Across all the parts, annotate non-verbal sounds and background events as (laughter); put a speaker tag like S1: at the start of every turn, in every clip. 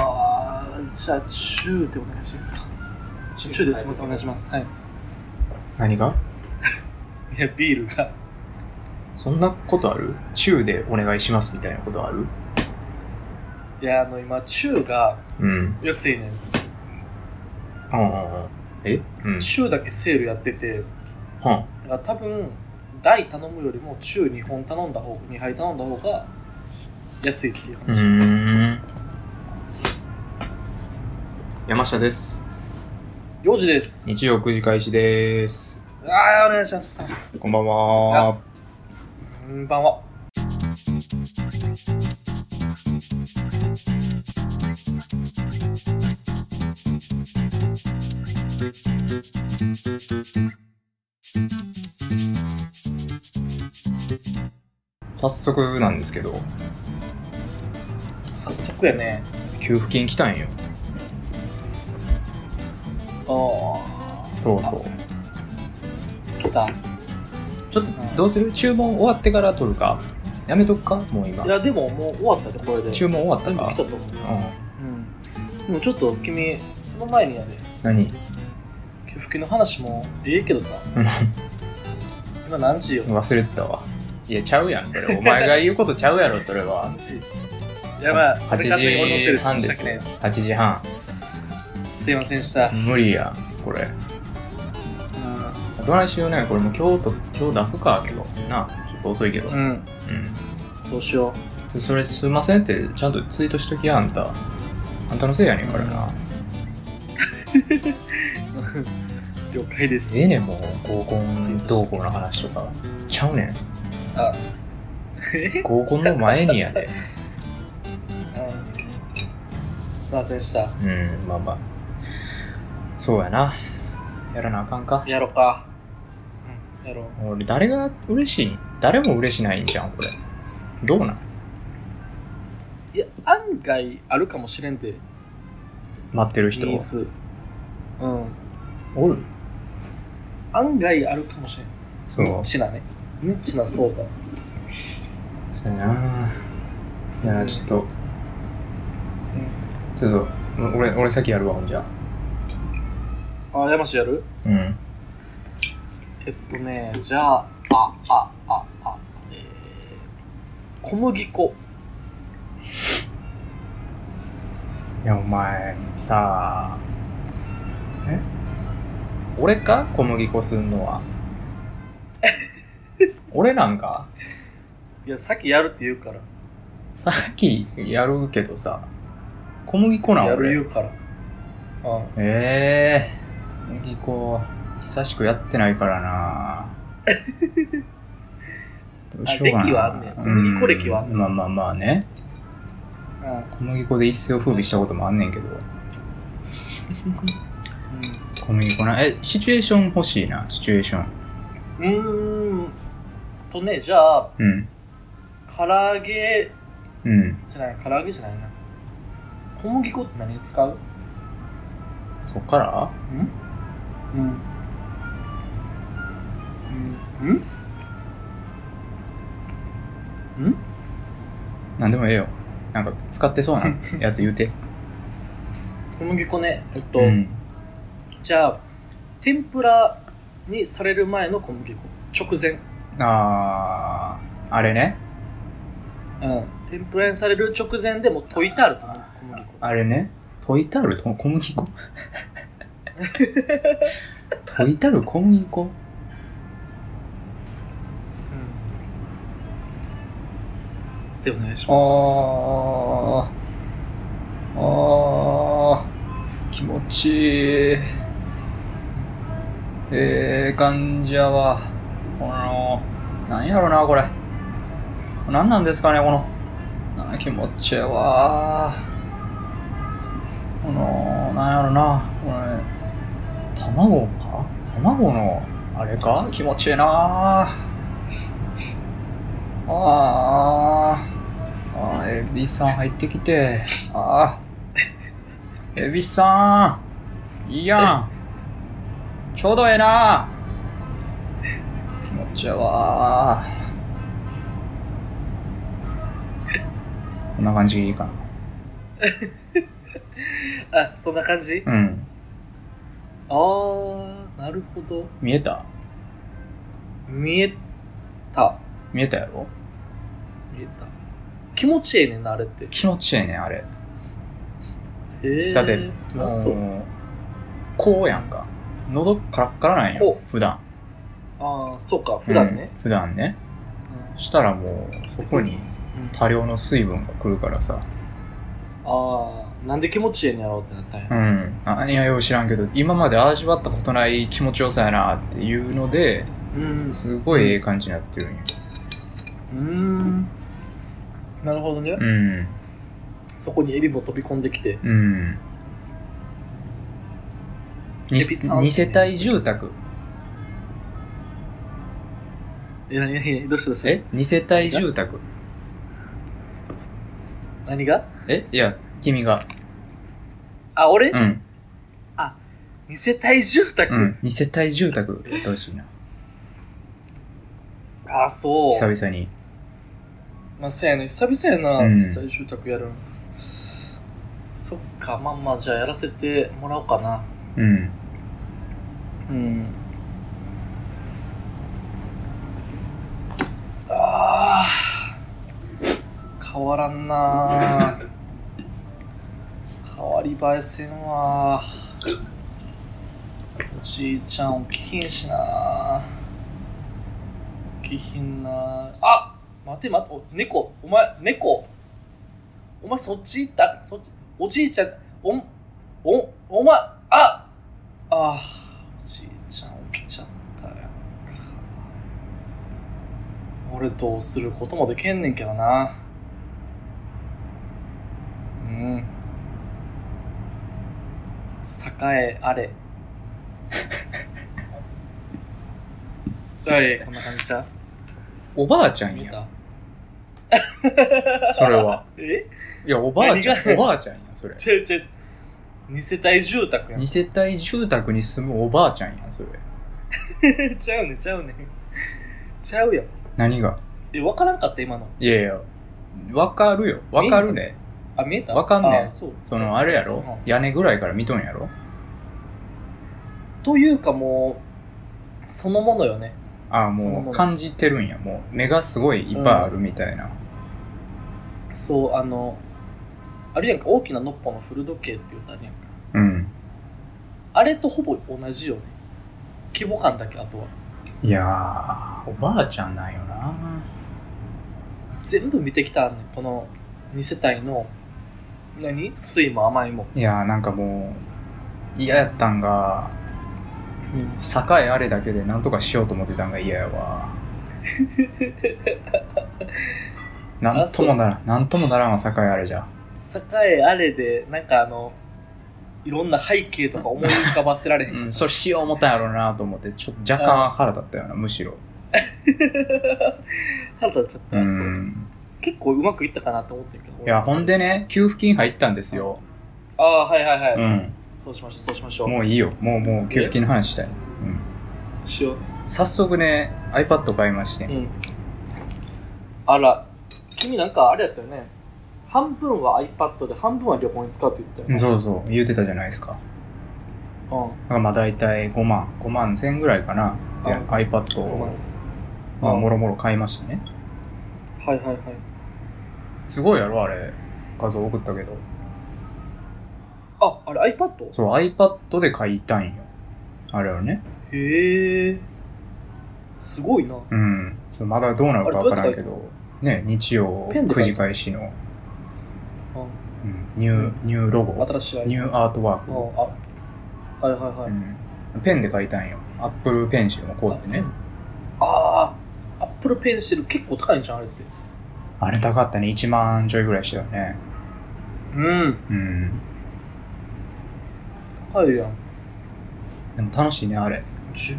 S1: ああ、じゃあ、中でお願いしますか。中です。すみません、お願いします。はい。
S2: 何が
S1: いや、ビールが。
S2: そんなことある中でお願いしますみたいなことある
S1: いや、あの、今、中が
S2: うん。
S1: 安いねん。
S2: うんうんうん。えうん。
S1: 中だけセールやってて、
S2: はん。
S1: だから多分、大頼むよりも中2本頼んだ方、2杯頼んだ方が安いっていう
S2: う
S1: 話。
S2: ーん。山下です。
S1: 4時です。
S2: 日曜9時開始です。
S1: ああ、お願いします。
S2: こんばんは。
S1: こんばんは。
S2: 早速なんですけど、
S1: 早速やね。
S2: 給付金来たんよ。
S1: あー
S2: とう
S1: あ
S2: とう。。
S1: 来た。
S2: ちょっと、どうする注文終わってから取るかやめとくかもう今
S1: い。や、でももう終わったで、これで。
S2: 注文終わった
S1: 全部来
S2: か
S1: たと思う。
S2: うん。
S1: うん。でもちょっと君、その前にやで、
S2: 何 (laughs)
S1: 給付金の話もええけどさ、今何時よ
S2: 忘れてたわ。いや、ちゃうやん、それ。お前が言うことちゃうやろ、それは
S1: 何。時やばい、俺
S2: 8
S1: 勝手に俺のせい
S2: 時半
S1: 申し
S2: で
S1: 訳
S2: す。
S1: ないです。
S2: 8時半。
S1: すいませんでした。うん
S2: 無理や、これ。どないしようね、これもう今日と、今日出すか、けど。なあ、ちょっと遅いけど。う。
S1: うんん、そうしよ
S2: それすいませんって、ちゃんとツイートしときや、あんた。あんたのせいやねんからな。
S1: う。 (laughs) 了解です
S2: え。えねん、もう、合コン同行の話とか。ちゃうねん。
S1: あ、
S2: 合コンの前にやで。
S1: うんすいませんでした。
S2: うん、まあまあ。そうやな。やらなあかんか。
S1: やろか。うん、やろう。
S2: 俺誰が嬉しい誰も嬉しないんじゃんこれどうなん
S1: いや、案外あるかもしれんで、
S2: 待ってる人
S1: ニーズ。うん。
S2: おる
S1: 案外あるかもしれん。
S2: そう
S1: ニッチなね。ニッチな層が。
S2: そうやないやちょっとちょっともう俺俺先やるわほんじゃ
S1: あ、山氏やる
S2: うん
S1: えっとね、じゃあ、あ、あ、あ、あ、えー、小麦粉。
S2: いやお前さあえ俺か小麦粉すん
S1: (laughs)
S2: のは俺なんか
S1: いや、さっきやるって言うから。
S2: さっきやるけどさ小麦粉なん
S1: やる
S2: 俺
S1: 言うから。うん。
S2: ええー、麦粉、久しくやってないか
S1: (laughs)
S2: らなどうしようかな。
S1: あ歴はあんねや小麦粉歴はあんね
S2: うんまあまあまあね。
S1: うん。
S2: 小麦粉で一世を風靡したこともあんねんけど。小麦粉な。え、シチュエーション欲しいな、シチュエーション。
S1: うん、うーんとね、じゃあ、
S2: うん。
S1: 唐揚げ
S2: うん。
S1: じゃない、唐揚げじゃないな。小麦粉って何に使う
S2: そっから
S1: うんうん。うんうんん
S2: なんでもええよ。なんか使ってそうなやつ言うて。
S1: 小麦粉ね、えっと、
S2: うん。
S1: じゃあ天ぷらにされる前の小麦粉直前、
S2: あー、あれね。
S1: うん、天ぷらにされる直前でもう溶いてあると思う小麦粉
S2: あれね。溶いたると小麦粉 (laughs) 溶いたる小麦粉
S1: うんでお願いします
S2: あーあー気持ちいいええ感じやわこのなんやろなこれなんなんですかねこのな気持ちいいわこのなんやろなこれ卵か卵のあれか気持ちいいなああーあーエビさん入ってきてあーエビさんいいやんちょうどええな気持ちいいわこんな感じいいかな
S1: あ、そんな感じ
S2: うん。
S1: あー、なるほど。
S2: 見えた
S1: 見えた。
S2: 見えたやろ
S1: 見えた。気持ちええねんな、あれって。
S2: 気持ちええねん、あれ。
S1: へえ。
S2: だって、
S1: あ、そう。
S2: もうこうやんか。喉カラッカラなんよ
S1: こ。
S2: 普段。
S1: あー、そうか、普段ね
S2: う。ん普段ね。したらもう、そこに
S1: うん
S2: 多量の水分が来るからさ。
S1: あー、なんで気持ちええんやろうってなったんや。
S2: うん。何はよう知らんけど、今まで味わったことない気持ちよさやなっていうので、
S1: うん。う
S2: すごいええ感じになってるんよ。
S1: ーん。なるほどね。
S2: うん。
S1: そこにエビも飛び込んできて。
S2: うん。に
S1: エビさん
S2: 二世帯住宅。
S1: え、なになになにどうしたどうした
S2: え二世帯住宅。
S1: 何が
S2: えいや、君が。
S1: あ、俺、
S2: うん。
S1: 二世帯住宅、
S2: うん。二世帯住宅。やってほしいな。
S1: あ、そう。
S2: 久々に。
S1: まあ、せやね、久々やな、
S2: うん
S1: 二世帯住宅やるん。そっか、まあまあ、じゃあやらせてもらおうかな。
S2: うん。
S1: うん。あー変わらんな変わり映えせんわおじいちゃん起きひんしな起きひんなあ待て待てお猫お前猫お前そっち行ったそっちおじいちゃんおんおんお前ああーおじいちゃん起きちゃったやんか俺どうすることもできんねんけどなうん栄えあれ (laughs) はいこんな感じだ
S2: おばあちゃん
S1: 見
S2: や。
S1: た
S2: (laughs) それは。
S1: (laughs) え
S2: いや、おばあちゃん
S1: 何。
S2: おばあちゃんや、それ。
S1: ちゃうちゃう二世帯住宅やん
S2: 二世帯住宅に住むおばあちゃんや、それ。
S1: (laughs) ちゃうねちゃうねちゃうやん
S2: 何が
S1: え分からんかった今の
S2: いやいや。わかるよ。わかるね。
S1: あ見えた
S2: わかんねん
S1: あそう
S2: その、あれやろ
S1: うん
S2: 屋根ぐらいから見とんやろ
S1: というかもうそのものよね
S2: ああ、
S1: そのま
S2: も
S1: ま
S2: う感じてるんや。もう、目がすごいいっぱいあるみたいな。
S1: そうあのあるやんか大きなノッポの古時計って言うとあるやんか
S2: うん。
S1: あれとほぼ同じよね規模感だけあとはい
S2: やー、おばあちゃんなんよな。
S1: 全部見てきたんねこの2世帯の何水も甘いも、
S2: いやー、なんかもう、嫌やったんが、
S1: うん、
S2: 栄えあれだけでなんとかしようと思ってたんが嫌や (laughs) わ。なんともならん、なんともならんわ、栄えあれじゃ。
S1: 栄えあれでなんかあのいろんな背景とか思い浮かばせられへん
S2: うん、それしよう思ったんやろうなと思って、ちょっと若干腹立ったよな、むしろ。
S1: 腹立っちゃった、
S2: う。
S1: そうん結構うまくいったかなと思ってるけど
S2: いや、ほんでね、給付金入ったんですよ。
S1: ああはいはいはい、
S2: うん。
S1: そうしましょうそうしましょう
S2: もういいよ。もう、もう、給付金の話したい。うん。
S1: しよう
S2: 早速ね、iPad 買いまして
S1: う。んあら君なんかあれやったよね半分は iPad で半分は旅行に使うって言ったよね
S2: そうそう、言うてたじゃないですか。だからまあ大体5万、5万1000ぐらいかな。で、
S1: うん
S2: iPad
S1: うん、
S2: を、
S1: うん
S2: まあ、もろもろ買いましたね。
S1: はいはいはい
S2: すごいやろ、あれ。画像送ったけど。
S1: ああれ iPad?
S2: そう、iPad で買いたいんよ。あれはね。
S1: へえすごいな
S2: うん。そうまだどうなるかわからんけど、ね、日曜
S1: ペンで
S2: 9
S1: 書いた
S2: 時開始の、
S1: う
S2: うん、ニュー、ニューロゴ
S1: ん、新しい iPad
S2: ニューアートワー
S1: う
S2: ク。
S1: んあはいはいはい、
S2: うん。ペンで書いたんよ。Apple Pencil のコードでね。
S1: ああ Apple Pencil 結構高いんじゃんあれって
S2: あれ高かったね。1万ちょいぐらいしたよね。
S1: うん
S2: うん。
S1: 高いやん
S2: でも楽しいね、あれ。
S1: じゅ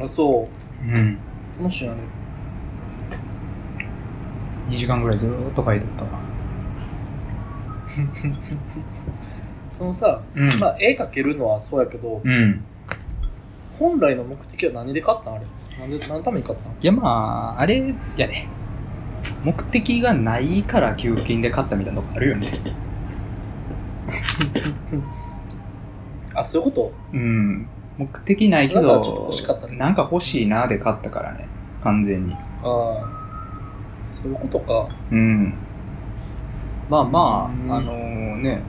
S1: あそう
S2: うん。
S1: 楽しいよね
S2: 2時間ぐらいずーっと書いてったわ。
S1: そのさ、
S2: うん。
S1: まあ、絵描けるのはそうやけど、
S2: うん。
S1: 本来の目的は何で買ったんあれなんで何のために買ったん
S2: いやまあ、あれやね。目的がないから給付金で買ったみたいなとこあるよね。
S1: あ、そういうこと
S2: うん。目的ないけど、
S1: なんかちょっと欲しかったね
S2: なんか欲しいなで買ったからね。完全に。
S1: ああ。そういうことか。
S2: うん。まあま
S1: うん
S2: あ、あのね、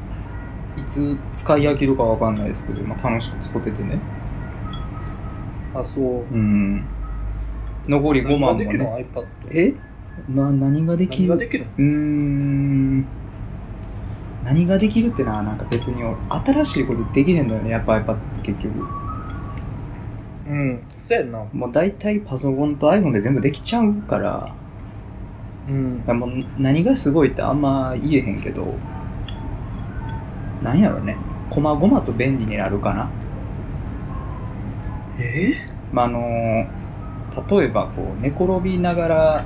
S2: いつ使い飽きるかわかんないですけど、まあ楽しく使っててね。
S1: あ、そう。
S2: うん。残り5万も
S1: 何ができる
S2: ね。
S1: の ?iPad。
S2: えな、何ができ
S1: 何が
S2: る
S1: できるの
S2: うーん。何ができるってな、なんか別に俺新しいことできへんのよね、やっぱ iPad って結局。
S1: うん。そうやんな。
S2: もう大体パソコンと iPhone で全部できちゃうから、
S1: うん
S2: だ。からもう何がすごいってあんま言えへんけど、なんやろね、こまごまと便利になるかな。
S1: え
S2: まあ、あの例えばこう寝転びながら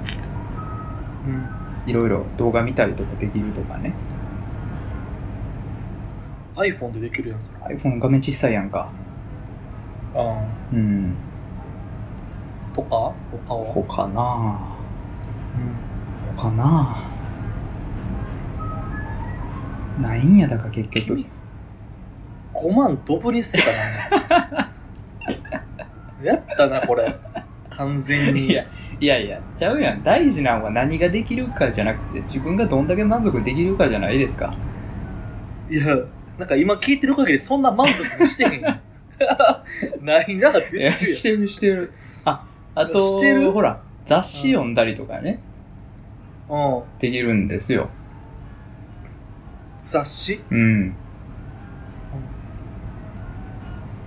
S1: うん。
S2: いろいろ動画見たりとかできるとかね
S1: iPhone でできるやん、それ。
S2: iPhone 画面小さいやんか
S1: あ
S2: うん
S1: あ。とか他は
S2: 他な
S1: うん。
S2: 他なないんやだから結局
S1: 君、5万ドブに捨てた
S2: (laughs)
S1: な。やったな、これ。完全に。
S2: いやいやいやちゃうやん大事なのは何ができるかじゃなくて自分がどんだけ満足できるかじゃないですか
S1: いや、なんか今聞いてる限りそんな満足もしてへん。
S2: (laughs)
S1: ないなって言っ
S2: いや
S1: てるやん
S2: してるしてるああと
S1: してる
S2: ほら雑誌読んだりとかね、
S1: うん。
S2: できるんですよ
S1: 雑誌
S2: うん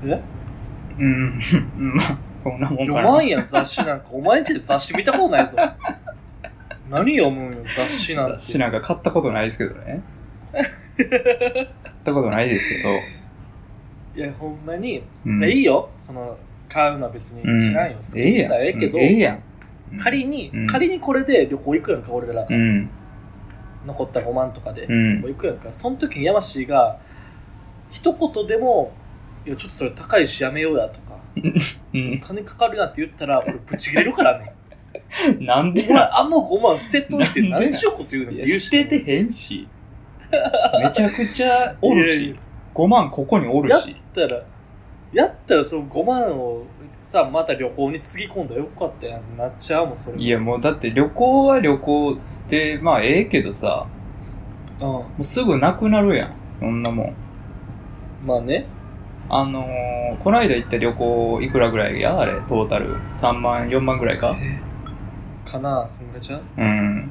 S1: え
S2: うん、 (laughs) まあ、そんなもん
S1: 読
S2: か
S1: ま
S2: な。
S1: んやん、雑誌
S2: (laughs)
S1: なんか。お前んちで雑誌見たことないぞ。何読むんよ、雑誌なんて。
S2: 雑誌なんか買ったことないですけどね。買ったことないですけど。
S1: いや、ほんまに。
S2: うん、
S1: いいよ、その、買うのは別に
S2: うん
S1: 知らんよ。好きにしたらええけど、
S2: ええやん。うん
S1: 仮に、
S2: うん
S1: 仮にこれで旅行行くやんか、俺らが。
S2: うん。
S1: 残った5万とかで。
S2: うん。
S1: 行くやんかその時に山氏が一言でも「いやちょっとそれ高いしやめようや」とか
S2: う
S1: 「 (laughs)
S2: ん
S1: 金かかるな」って言ったら俺ぶち切れるからね
S2: なんで
S1: お前あの5万捨てといて
S2: なんで
S1: 何ちゅうこと言うの
S2: い
S1: 言
S2: や
S1: うし
S2: 捨ててへんし。めちゃくちゃおる
S1: いやい
S2: し
S1: や。
S2: 5万ここにおるし。
S1: やったらやったらその5万をさまた旅行につぎ込んだらよかったやんってなっちゃうもんそれ
S2: いや、もうだって旅行は旅行って、まあええけどさ、
S1: うん
S2: もうすぐなくなるやん。そんなもん。
S1: まあね
S2: あのー、こないだ行った旅行いくらぐらいやあれトータル3万4万ぐらいか
S1: かなそんぐらいちゃう
S2: うん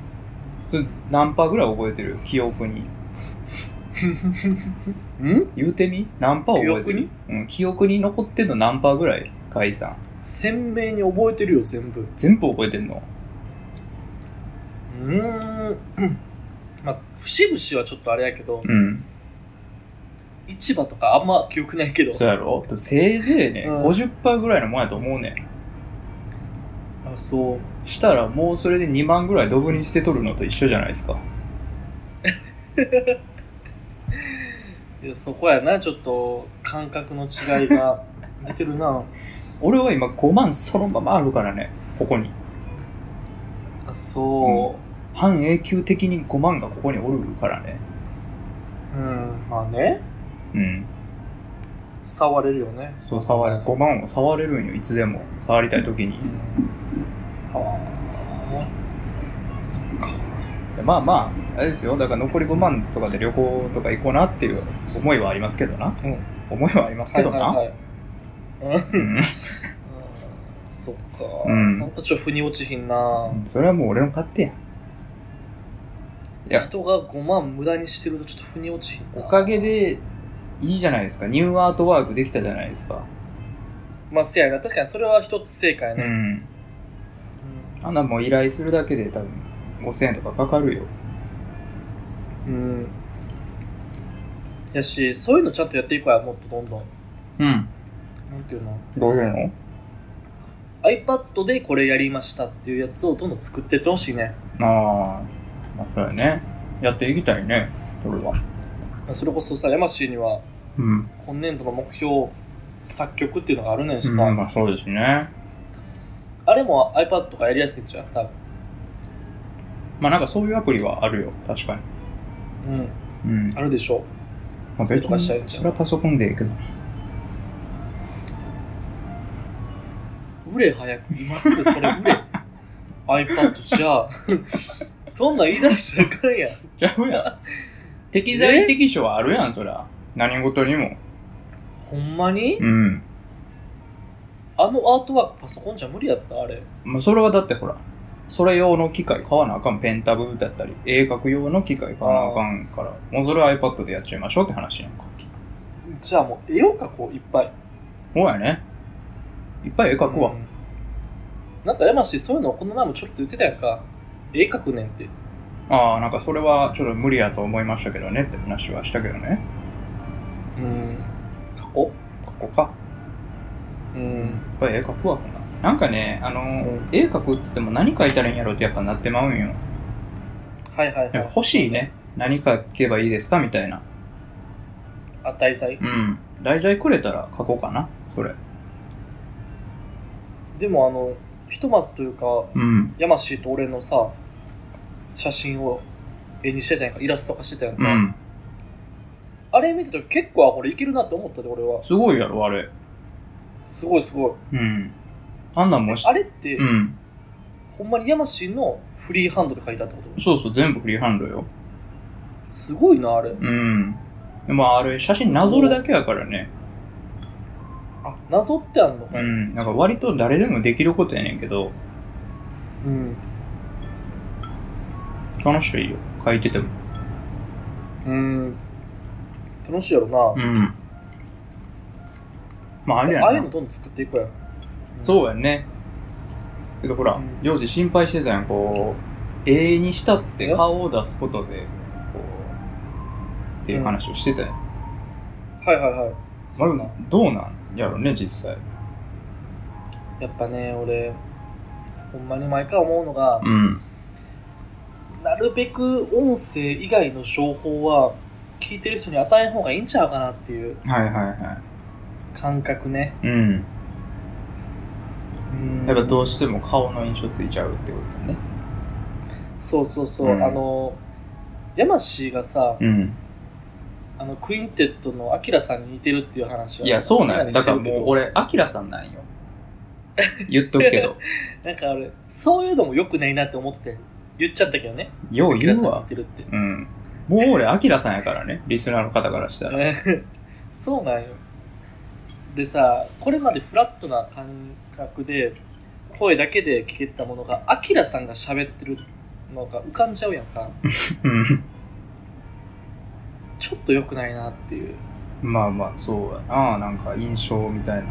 S2: それ何パーぐらい覚えてる記憶に
S1: ん
S2: 言うてみ何パー覚
S1: 記
S2: えてる憶に、うん、記憶に残ってんの何パーぐらい解散
S1: 鮮明に覚えてるよ全部
S2: 全部覚えてんの
S1: うーんうん (clears throat) まあ節々はちょっとあれやけど、
S2: うん
S1: 市場とかあんま記憶ないけど
S2: そうやろでもせいぜいね、
S1: うん
S2: 50パーぐらいのもんやと思うねん
S1: あそう
S2: したらもうそれで2万ぐらいドブに捨てとるのと一緒じゃないですか
S1: いやそこやなちょっと感覚の違いが出てるな
S2: 俺は今5万そのままあるからねここに
S1: あそ
S2: 半永久的に5万がここにおるからね
S1: ううん、まあね
S2: うん
S1: 触れるよね
S2: そう触れ5万を触れるんよいつでも触りたい時
S1: うん
S2: に
S1: ああそっか
S2: でまあまああれですよだから残り5万とかで旅行とか行こうなっていう思いはありますけどな、
S1: うん
S2: 思いはありますけどな、
S1: はいはいはい
S2: うん
S1: うんそっか、
S2: うん
S1: なんかちょっと腑に落ちひんな、
S2: うんそれはもう俺の勝手やいや
S1: 人が5万無駄にしてるとちょっと腑に落ちひんな
S2: おかげでいいじゃないですかニューアートワークできたじゃないですか
S1: まあせやな確かにそれは一つ正解
S2: う
S1: ね、
S2: んあんなもう依頼するだけで多分5000円とかかかるよ
S1: うんやしそういうのちゃんとやっていこうやもっとどんどん
S2: うん
S1: なんていうの
S2: どういうの
S1: iPad でこれやりましたっていうやつをどんどん作ってってほしいね
S2: ああそうやねやっていきたいねそれは
S1: それこそさ山氏には
S2: うん
S1: 今年度の目標作曲っていうのがあるねんしさ、
S2: まあまあそうですね
S1: あれも iPad とかやりやすいんちゃう多分
S2: まあなんかそういうアプリはあるよ、確かに。
S1: うん
S2: うん。
S1: あるでしょ
S2: まあ、
S1: それとかしちゃう
S2: それはパソコンでいいけど。
S1: 売れ早く、今すぐそれ売 (laughs) れ。iPad じゃあ。 (laughs) そんなん言い出しちゃいかんやん。
S2: ちゃうやん。 (laughs) 適材適所はあるやん、そりゃ。何事にも。
S1: ほんまに
S2: うん。
S1: あのアートワークパソコンじゃ無理やったあれ。
S2: まあ、それはだってほら、それ用の機械買わなあかん。ペンタブだったり、鋭角用の機械買わなあかんから、もうそれは iPad でやっちゃいましょうって話やんか。
S1: じゃあもう絵を描こう、いっぱい。
S2: そうやね。いっぱい絵描くわ。
S1: うんなんか山氏、そういうのこの前もちょっと言ってたやんか。絵描くねんって。
S2: ああ、なんかそれはちょっと無理やと思いましたけどねって話はしたけどね。
S1: うん。描こ
S2: ここか。
S1: う。う
S2: いっ
S1: ん。
S2: ぱい絵描くわ、ほな。なんかね、あのー
S1: うん
S2: 絵描くっつっても何描いたらいいんやろってやっぱなってまうんよ。
S1: はいはいはい。
S2: 欲しいね。何描けばいいですかみたいな。
S1: あ、題材。
S2: うん。題材くれたら描こうかな。それ。
S1: でもあの、ひとまずというか、
S2: うん。
S1: 山氏と俺のさ、写真を絵にしてたやんか、イラスト化してたやん
S2: う
S1: か。
S2: ん。
S1: あれ見てた時結構、あ、これいけるなって思ったで、俺は。
S2: すごいやろ、あれ。
S1: すごいすごい。
S2: うん。あんなんもし、
S1: あれって、
S2: うん。
S1: ほんまに山氏のフリーハンドで描いたってこと
S2: そうそう、全部フリーハンドよ。
S1: すごいな、あれ。
S2: うん。でもあれ、写真なぞるだけやからね。
S1: あ、なぞってあんのかな、
S2: うん。なんか割と誰でもできることやねんけど、
S1: うん、
S2: 楽しいよ。描いてても。
S1: うん。楽しいやろな。
S2: うん。まあ、あれや
S1: ああいう
S2: な
S1: の。どんどん作っていこうやん。
S2: そうやね。けどほら
S1: うん、
S2: 幼児心配してたやん、こう、永遠にしたって
S1: え
S2: 顔を出すことで、こう、っていう話をしてたやん。
S1: はいはいはい。そう
S2: ま
S1: な
S2: あ。どうなんやろね、実際。
S1: やっぱね、俺、ほんまに毎回思うのが、
S2: うん。
S1: なるべく音声以外の情報は、聞いてる人に与えん方がいいんちゃうかなっていう
S2: はいはいは
S1: 感覚ね。
S2: い。うん。
S1: うん
S2: やっぱどうしても顔の印象ついちゃうってことね。
S1: そうそうそう。
S2: うん
S1: あの、ヤマシーがさ、
S2: うん。
S1: あの、クインテットのアキラさんに似てるっていう話は。
S2: いや、そうなん
S1: メ
S2: よ
S1: ガネ
S2: だ
S1: し
S2: か
S1: て
S2: ら
S1: るけ
S2: もう
S1: ど、
S2: 俺、アキラさんなんよ。言っとくけ (laughs) ど。
S1: なんか俺、そういうのも良くないなって思ってて、言っちゃったけどね。
S2: よう
S1: アキラ
S2: 言
S1: さ
S2: う
S1: んに似
S2: わ。
S1: てるって。
S2: うん。もう俺、アキラさんやからね。リスナーの方からしたら。
S1: (laughs) そうなんよ。でさ、これまでフラットな感覚で、声だけで聞けてたものが、アキラさんが喋ってるのが浮かんじゃうやんか。
S2: うん。 (laughs)
S1: ちょっと良くないなっていう。
S2: まあまあそうやななんか印象みたいな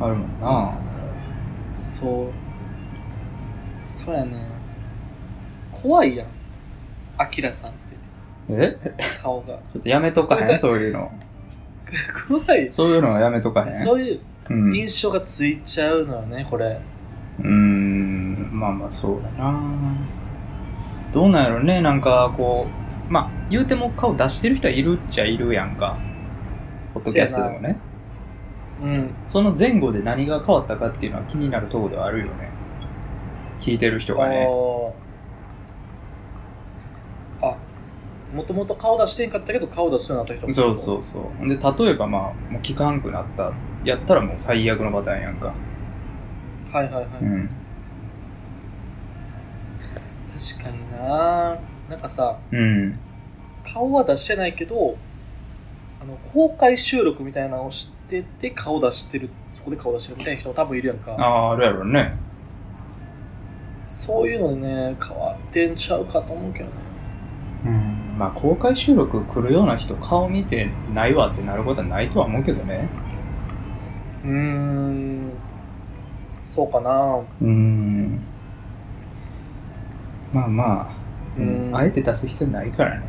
S2: あるもんな
S1: そう。そうやね。怖いやん。アキラさんって、
S2: え
S1: 顔
S2: (laughs)
S1: が。
S2: ちょっとやめとかへんそういうの
S1: 怖い。
S2: そういうのはやめとかへん
S1: そういう
S2: うんう
S1: 印象がついちゃうのよね、これ。
S2: ーんまあまあそうやなどうなんやろねなんかこうまあ言うても顔出してる人はいるっちゃいるやんかポッドキャストでもね
S1: うん。
S2: その前後で何が変わったかっていうのは気になるところではあるよね聞いてる人がね
S1: あーあもともと顔出してんかったけど顔出すようになった人も
S2: そうそうそうで例えばまあもう聞かんくなったやったらもう最悪のパターンやんか
S1: はいはいはい、
S2: うん
S1: 確かにななんかさ
S2: うん。
S1: 顔は出してないけどあの公開収録みたいなのをしてて顔出してるそこで顔出してるみたいな人も多分いるやん
S2: あ
S1: か
S2: あ、あるやろね。
S1: そういうのでね変わってんちゃうかと思うけどね
S2: うん。まあ、公開収録来るような人、顔見てないわってなることはないとは思うけどね。
S1: うーんそうかな
S2: うん。まあまあ、
S1: うん
S2: あえて出す必要ないからね。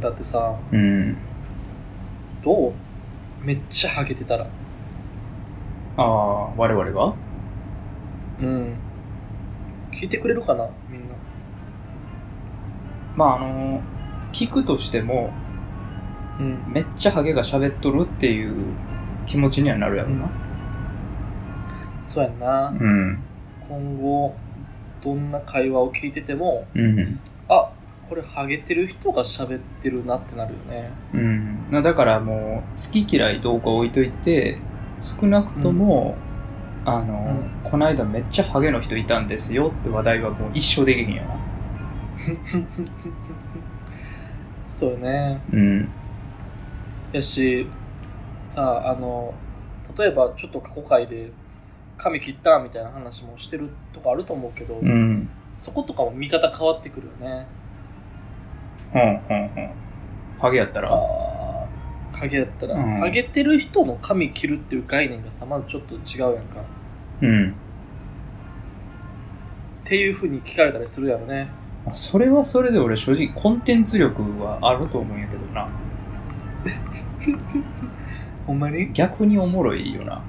S1: だってさ
S2: うん。
S1: どうめっちゃハゲてたら
S2: ああ、我々は
S1: うん聞いてくれるかなみんな
S2: まあ、あの聞くとしても、
S1: うん
S2: めっちゃハゲが喋っとるっていう気持ちにはなるやろな。
S1: そうやんな、
S2: うん。
S1: 今後どんな会話を聞いてても
S2: うん。
S1: あこれハゲてる人が喋ってるなってなるよね (laughs)
S2: うん、なだからもう好き嫌いどうか置いといて少なくとも、あのこないだめっちゃハゲの人いたんですよって話題はもう一生できへんよな
S1: そうよね
S2: うん
S1: やしさああの例えばちょっと過去回で髪切ったみたいな話もしてるとかあると思うけど、
S2: うん
S1: そことかも見方変わってくるよね
S2: うんうんうんハゲやったら
S1: ああハゲやったら、
S2: うん
S1: ハゲてる人の髪切るっていう概念がさまずちょっと違うやんか
S2: うん
S1: っていうふうに聞かれたりするやろね
S2: まあそれはそれで俺正直コンテンツ力はあると思うんやけどな
S1: ほんまにうん
S2: 逆におもろいよな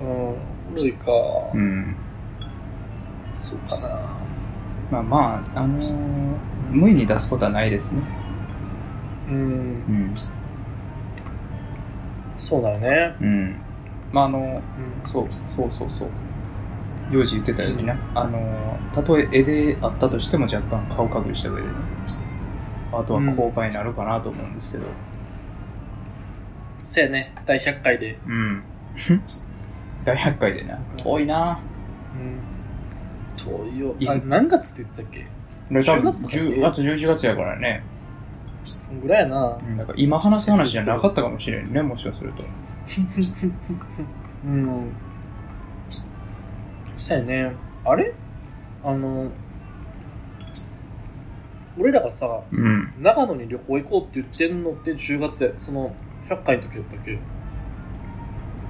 S1: おもろいか、
S2: うん
S1: そうかな
S2: まあまああのー無意に出すことはないですね
S1: うん
S2: うん
S1: そうだよね
S2: うんまああの
S1: うん
S2: そうそうそうそう。幼児言ってたようにな、あのー、たとえ絵であったとしても若干顔隠した上でね、あとは勾配になるかなと思うんですけど、
S1: せやね第100回で
S2: うん。 (laughs) 大百回でな、遠いな。
S1: うん遠いよ
S2: い
S1: あれ何月って言ってたっけ
S2: 10
S1: 月とかね
S2: 月11月やからね、
S1: そんぐらいやな
S2: うんだから今話す話じゃなかったかもしれんね、もしかすると。
S1: うんそやねあれあの俺らがさ
S2: うん。
S1: 長野に旅行行こうって言ってんのって10月でその100回の時だったっけ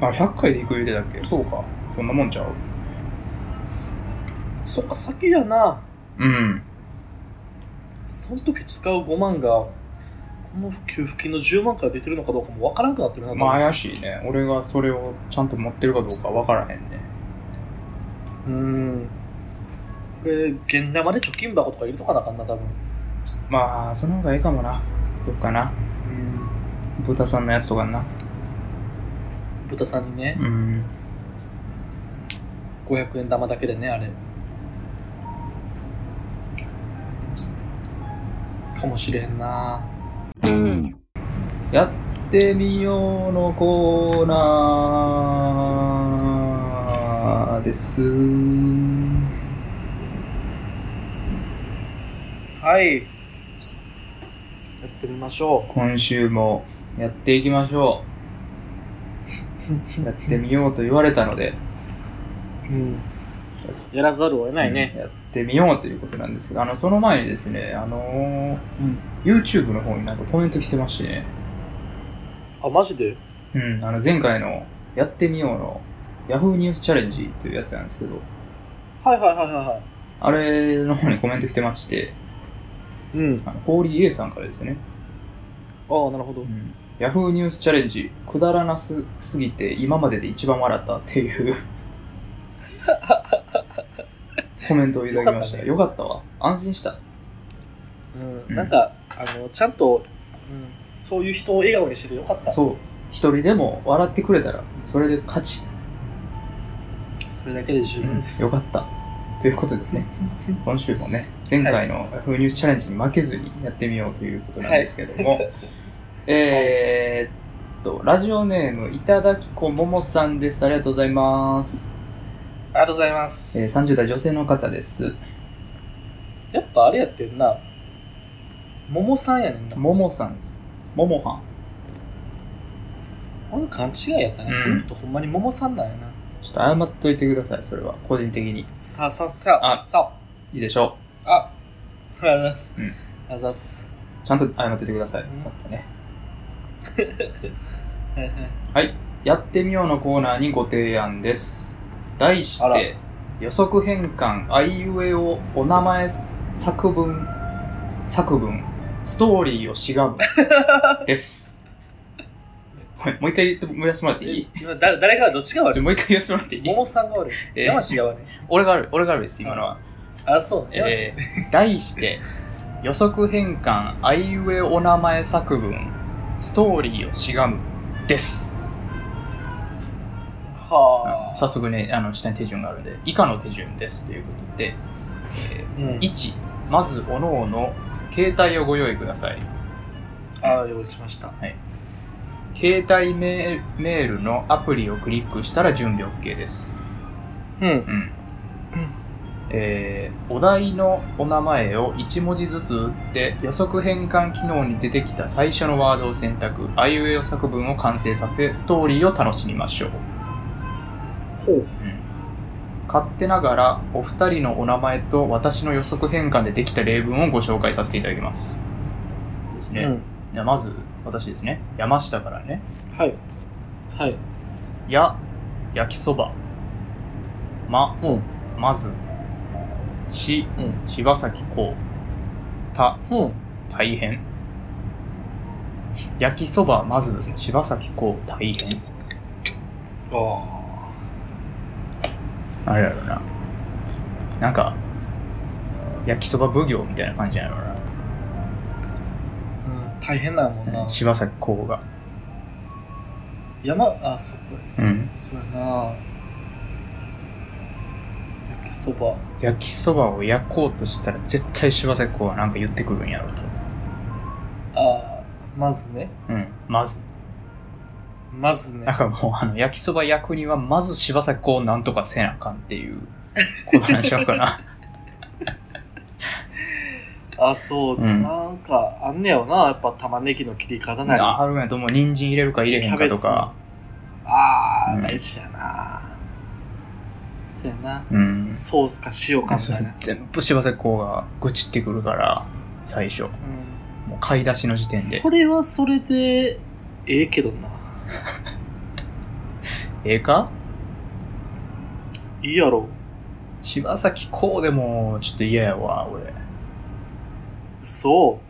S2: あ、100回で行く言うてたっけそうか。そんなもんちゃう
S1: そっか先やな
S2: うん。
S1: その時使う5万がこの給付金の10万から出てるのかどうかもわからなくなってるな多分
S2: まあ怪しいね。俺がそれをちゃんと持ってるかどうかわからへんね。
S1: うんこれ現玉で貯金箱とか入れとかなあかんな多分
S2: まあ、その方がいいかもな。どっかな。
S1: うん
S2: 豚さんのやつとかな。
S1: 豚さんにね
S2: うん。
S1: 500円玉だけでねあれかもしれんな
S2: やってみようのコーナーです。
S1: はいやってみましょ
S2: 今週もやっていきましょ
S1: (laughs)
S2: う。やってみようと言われたので、
S1: う、うん、やらざるを得ないね、
S2: やってみようということなんですけど、あの、その前にですね、あの
S1: うん
S2: ー、YouTube の方になんかコメント来てましてね、
S1: あマジで
S2: うん、あの、前回のやってみようの Yahoo ニュースチャレンジというやつなんですけど、
S1: はいはいはいはいは
S2: あれの方にコメント来てまして、
S1: いうん
S2: あのホーリー A さんからですね、
S1: ああなるほど
S2: うん、ヤフーニュースチャレンジくだらなすすぎて今までで一番笑ったって (laughs) いうコメントをいただきましたよ
S1: よ
S2: かったわ安心した
S1: うん、なんかあのちゃんと、うん、そういう人を笑顔にしててよかったそ
S2: そう一人でも笑ってくれたらそれで勝ち、
S1: れだけで十
S2: うん、
S1: 分
S2: よ
S1: です、
S2: かったということで (laughs) ね今週もね前回のヤフーニュースチャレンジに負けずにやってみようということなんですけども、えーっとラジオネームいただきこももさんですありがとうございます、
S1: ありがとうございま
S2: えー
S1: す、
S2: 30代女性の方です
S1: やっぱあれやってんな桃さんやねんな
S2: ももさんです。ももはん。
S1: 俺の勘違いやったね、
S2: う
S1: こ
S2: ん
S1: の人ほんまに桃さんなんやな
S2: ちょっと謝っといてください、それは。個人的に。
S1: さあさあさあ
S2: あ
S1: さ
S2: いいでしょ
S1: ああありがとうございます、
S2: うん
S1: ありがとうございます
S2: う。ちゃんと謝っといてください。
S1: うん
S2: だってね。
S1: はいはい
S2: はい。やってみようのコーナーにご提案です。題し
S1: あら
S2: て、予測変換、あいうえお、お名前、作文、作文、ストーリーをし
S1: (laughs)
S2: がむ。です。はいもう一回言ってもらっていい
S1: え今だ誰がどっちが
S2: ち
S1: 悪
S2: ょ
S1: い
S2: もう一回言わせてもらっていい
S1: 桃さんが悪い
S2: えー
S1: 山氏が悪い
S2: 俺がある、俺があるです、今のは。
S1: あそうね山氏
S2: えー、題して予測変換あいうえお名前作文ストーリーをしがむです
S1: はあ
S2: 早速ねあの下に手順があるんで以下の手順ですということで、
S1: うん
S2: 1まずおのおの携帯をご用意ください
S1: ああ、用意しました。
S2: 携帯メールメールのアプリをクリックしたら準備 OK です、
S1: うん。
S2: えーお題のお名前を1文字ずつ打って予測変換機能に出てきた最初のワードを選択あいうえお作文を完成させストーリーを楽しみましょう
S1: ほう。
S2: 勝手ながらお二人のお名前と私の予測変換でできた例文をご紹介させていただきますですね、
S1: うん。
S2: じゃあまず私ですね山下からね
S1: はい。はい。
S2: 「や」「焼きそば」「ま」
S1: うん。
S2: 「まず」「し」
S1: うん。
S2: 「柴咲コウ」「た」
S1: うん。
S2: 「大変」「焼きそば」「まず」「柴咲コウ」「大変
S1: あ」
S2: あれやろななんか焼きそば奉行みたいな感じやろな
S1: あ。うん。大変だもんな。
S2: 柴咲コウが
S1: 山、あ、そっか。そ,、
S2: うん
S1: そうやな。焼きそば。
S2: 焼きそばを焼こうとしたら絶対柴咲コウはなんか言ってくるんやろうと
S1: ああ、まずね。
S2: うんまず
S1: まずね
S2: なん。かもうあの焼きそば焼くにはまず柴咲コウをなんとかせなあかんっていうことなんちゃうかな
S1: あ、そう、
S2: うん
S1: なんか、あんねやろな。やっぱ玉ねぎの切り方なり。
S2: あるんやと思う人参入れるか入れへんかとか
S1: あ
S2: う
S1: ー、
S2: ん
S1: 大事やな。そうやな。
S2: うん
S1: ソースか塩かみ
S2: そ
S1: たい
S2: れ
S1: な。
S2: 全部柴咲コウが愚痴ってくるから最初
S1: うん。
S2: もう買い出しの時点で
S1: それはそれで、ええけどな。
S2: ええか
S1: いいやろ。
S2: 柴咲コウでもちょっと嫌やわ俺
S1: そ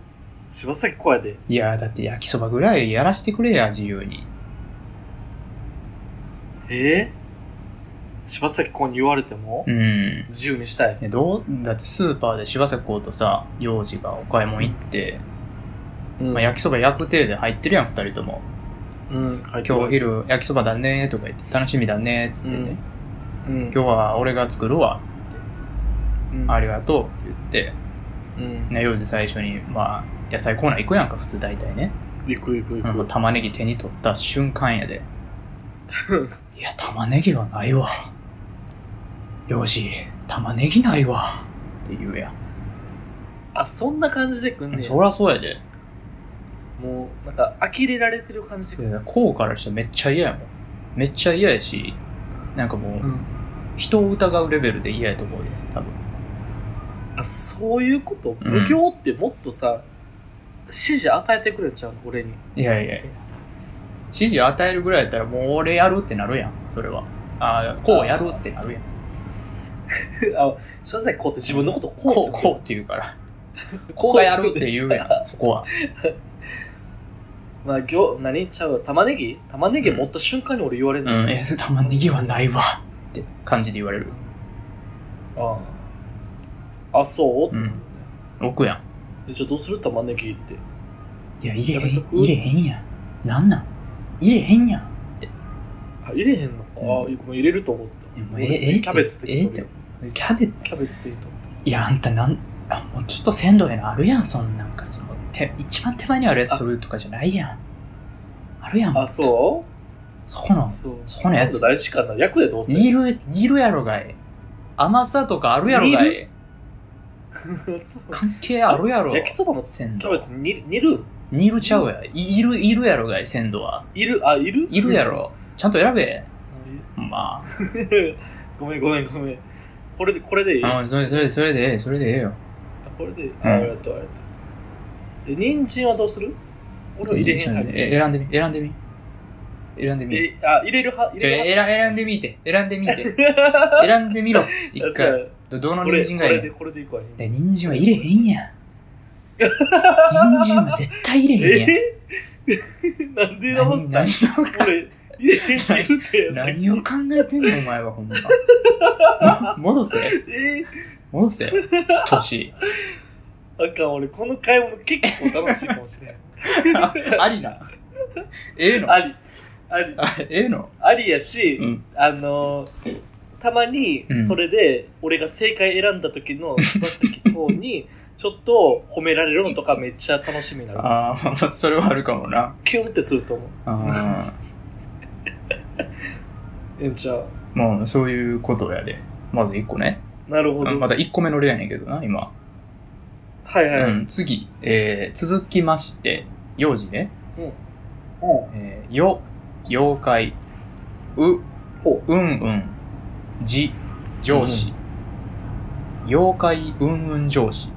S1: う。柴崎小やで。
S2: いやだって焼きそばぐらいやらしてくれや自由に
S1: えー、柴崎小に言われても、
S2: うん
S1: 自由にしたい。
S2: えどうだってスーパーで柴咲コウとさ幼児がお買い物行って、
S1: うん
S2: まあ、焼きそば焼く程で入ってるやん2人とも
S1: うん、
S2: 「今日お昼焼きそばだね」とか言って「楽しみだね」っつってね、
S1: うん、
S2: 今日は俺が作るわ
S1: うん
S2: ありがとう」って言
S1: うん
S2: って、ね、幼児最初にまあ野菜コーナー行くやんか普通大体ね
S1: 行く行く
S2: なん
S1: 行
S2: か
S1: く。
S2: 玉ねぎ手に取った瞬間やでいや玉ねぎがないわ幼児玉ねぎないわって言うやん、
S1: あ、そんな感じで来んねや
S2: そりゃそうやで
S1: もう、なんか、呆れられてる感じで来る。
S2: でこうからしたらめっちゃ嫌やもんめっちゃ嫌やしなんかもう人を疑うレベルで嫌やと思うよ多分
S1: あ、そういうこと
S2: う
S1: 奉
S2: ん
S1: 行ってもっとさ、指示与えてくれちゃうの、俺に。 (laughs)
S2: いやいやいや指示与えるぐらいやったらもう俺やるってなるやんそれはああこうやるってなるやん
S1: あ、柴崎小って自分のことこう
S2: こう
S1: って
S2: こうって言う
S1: (laughs)
S2: から
S1: う、
S2: こうがやるって言うやんそこは
S1: まあ、行、何ちゃう玉ねぎ玉ねぎ持った瞬間に俺言われる
S2: う
S1: の。
S2: んえ玉ねぎはないわって感じで言われる
S1: ああ。あ、そううん
S2: 奥やん
S1: えじゃあどうする玉ねぎって。
S2: いや入れ
S1: や
S2: へ
S1: めと
S2: ん
S1: く
S2: 入れへんやんなんなん入れへんやん
S1: あ、入れへんのか、あ
S2: うん
S1: ごめん入れると思ってた。
S2: え
S1: 俺
S2: ええ
S1: キャベツって
S2: え
S1: 言
S2: え
S1: っ
S2: ってて
S1: る
S2: キャベツ
S1: キャベツって言うと思った。
S2: いや、あんたなん、あ、もうちょっと鮮度へのあるやん、そんなんか、その、て、一番手前にあるやつ取るとかじゃないやん。あるやん。
S1: あ、そう
S2: そこの、
S1: そう。
S2: そこのやつ
S1: 鮮度大事かな。焼くでどうせ。
S2: いる、いるやろがい。甘さとかあるやろが
S1: 煮
S2: い。
S1: (laughs) そう
S2: 関係あるやろ。
S1: 焼きそばのキ
S2: 鮮
S1: ャベ
S2: 度。
S1: ツに煮る
S2: 煮るちゃうや。いいる、いるやろがい、鮮度は。
S1: いるあ、いる
S2: いるや。ろ。ちゃんと選べ。
S1: うん
S2: ま
S1: (laughs) ごめんごめんごめん。これで、これでいい、
S2: あ、あそれ、それ、それでええ、それでええよ。
S1: これでいい。あありがとう、ありがとう。で、人参はどうする俺は入れへん派
S2: え選んでみ、選んでみ。選んでみ。
S1: え、あ、入れる派
S2: ちょ
S1: 入れる
S2: えら選んでみて、選んで
S1: (laughs)
S2: みて。選んでみろ、一
S1: 派じゃあ
S2: 回。どどの
S1: これ、
S2: 人
S1: こ
S2: 参がいい
S1: れ
S2: の
S1: で、これでいくわ。
S2: で人参は入れへんやん。人参は絶対入れへんやん。
S1: え (laughs) なんで選ば
S2: 何
S1: せた
S2: 何
S1: い
S2: を
S1: 俺、入れへんって言うてやさっき
S2: 何を考えてんのお前はほん
S1: (laughs)
S2: ま。も戻せ。
S1: え
S2: 戻せ。
S1: (laughs)
S2: 調子。
S1: ー、あかん、俺、この買い物結構楽しいかもしれん。
S2: あありな。ええの
S1: あり、あり、
S2: あええの
S1: ありやし、
S2: うん。
S1: あのーたまに
S2: うん (laughs)
S1: それで俺が正解選んだ時の柴咲コウにちょっと褒められるのとかめっちゃ楽しみになる。
S2: ああ、それはあるかもな。
S1: キュンってすると思う。
S2: あ
S1: えんちゃう。
S2: ーまあ、そういうことやで。まず1個ね。
S1: なるほど。
S2: まだ1個目の例やねんけどな、今。
S1: はいはい。う。
S2: うんん、次、えー、続きまして、幼児ね。えー、よ、妖怪。う、
S1: ほ
S2: うんうん。じ、上司。妖怪うんうん上司。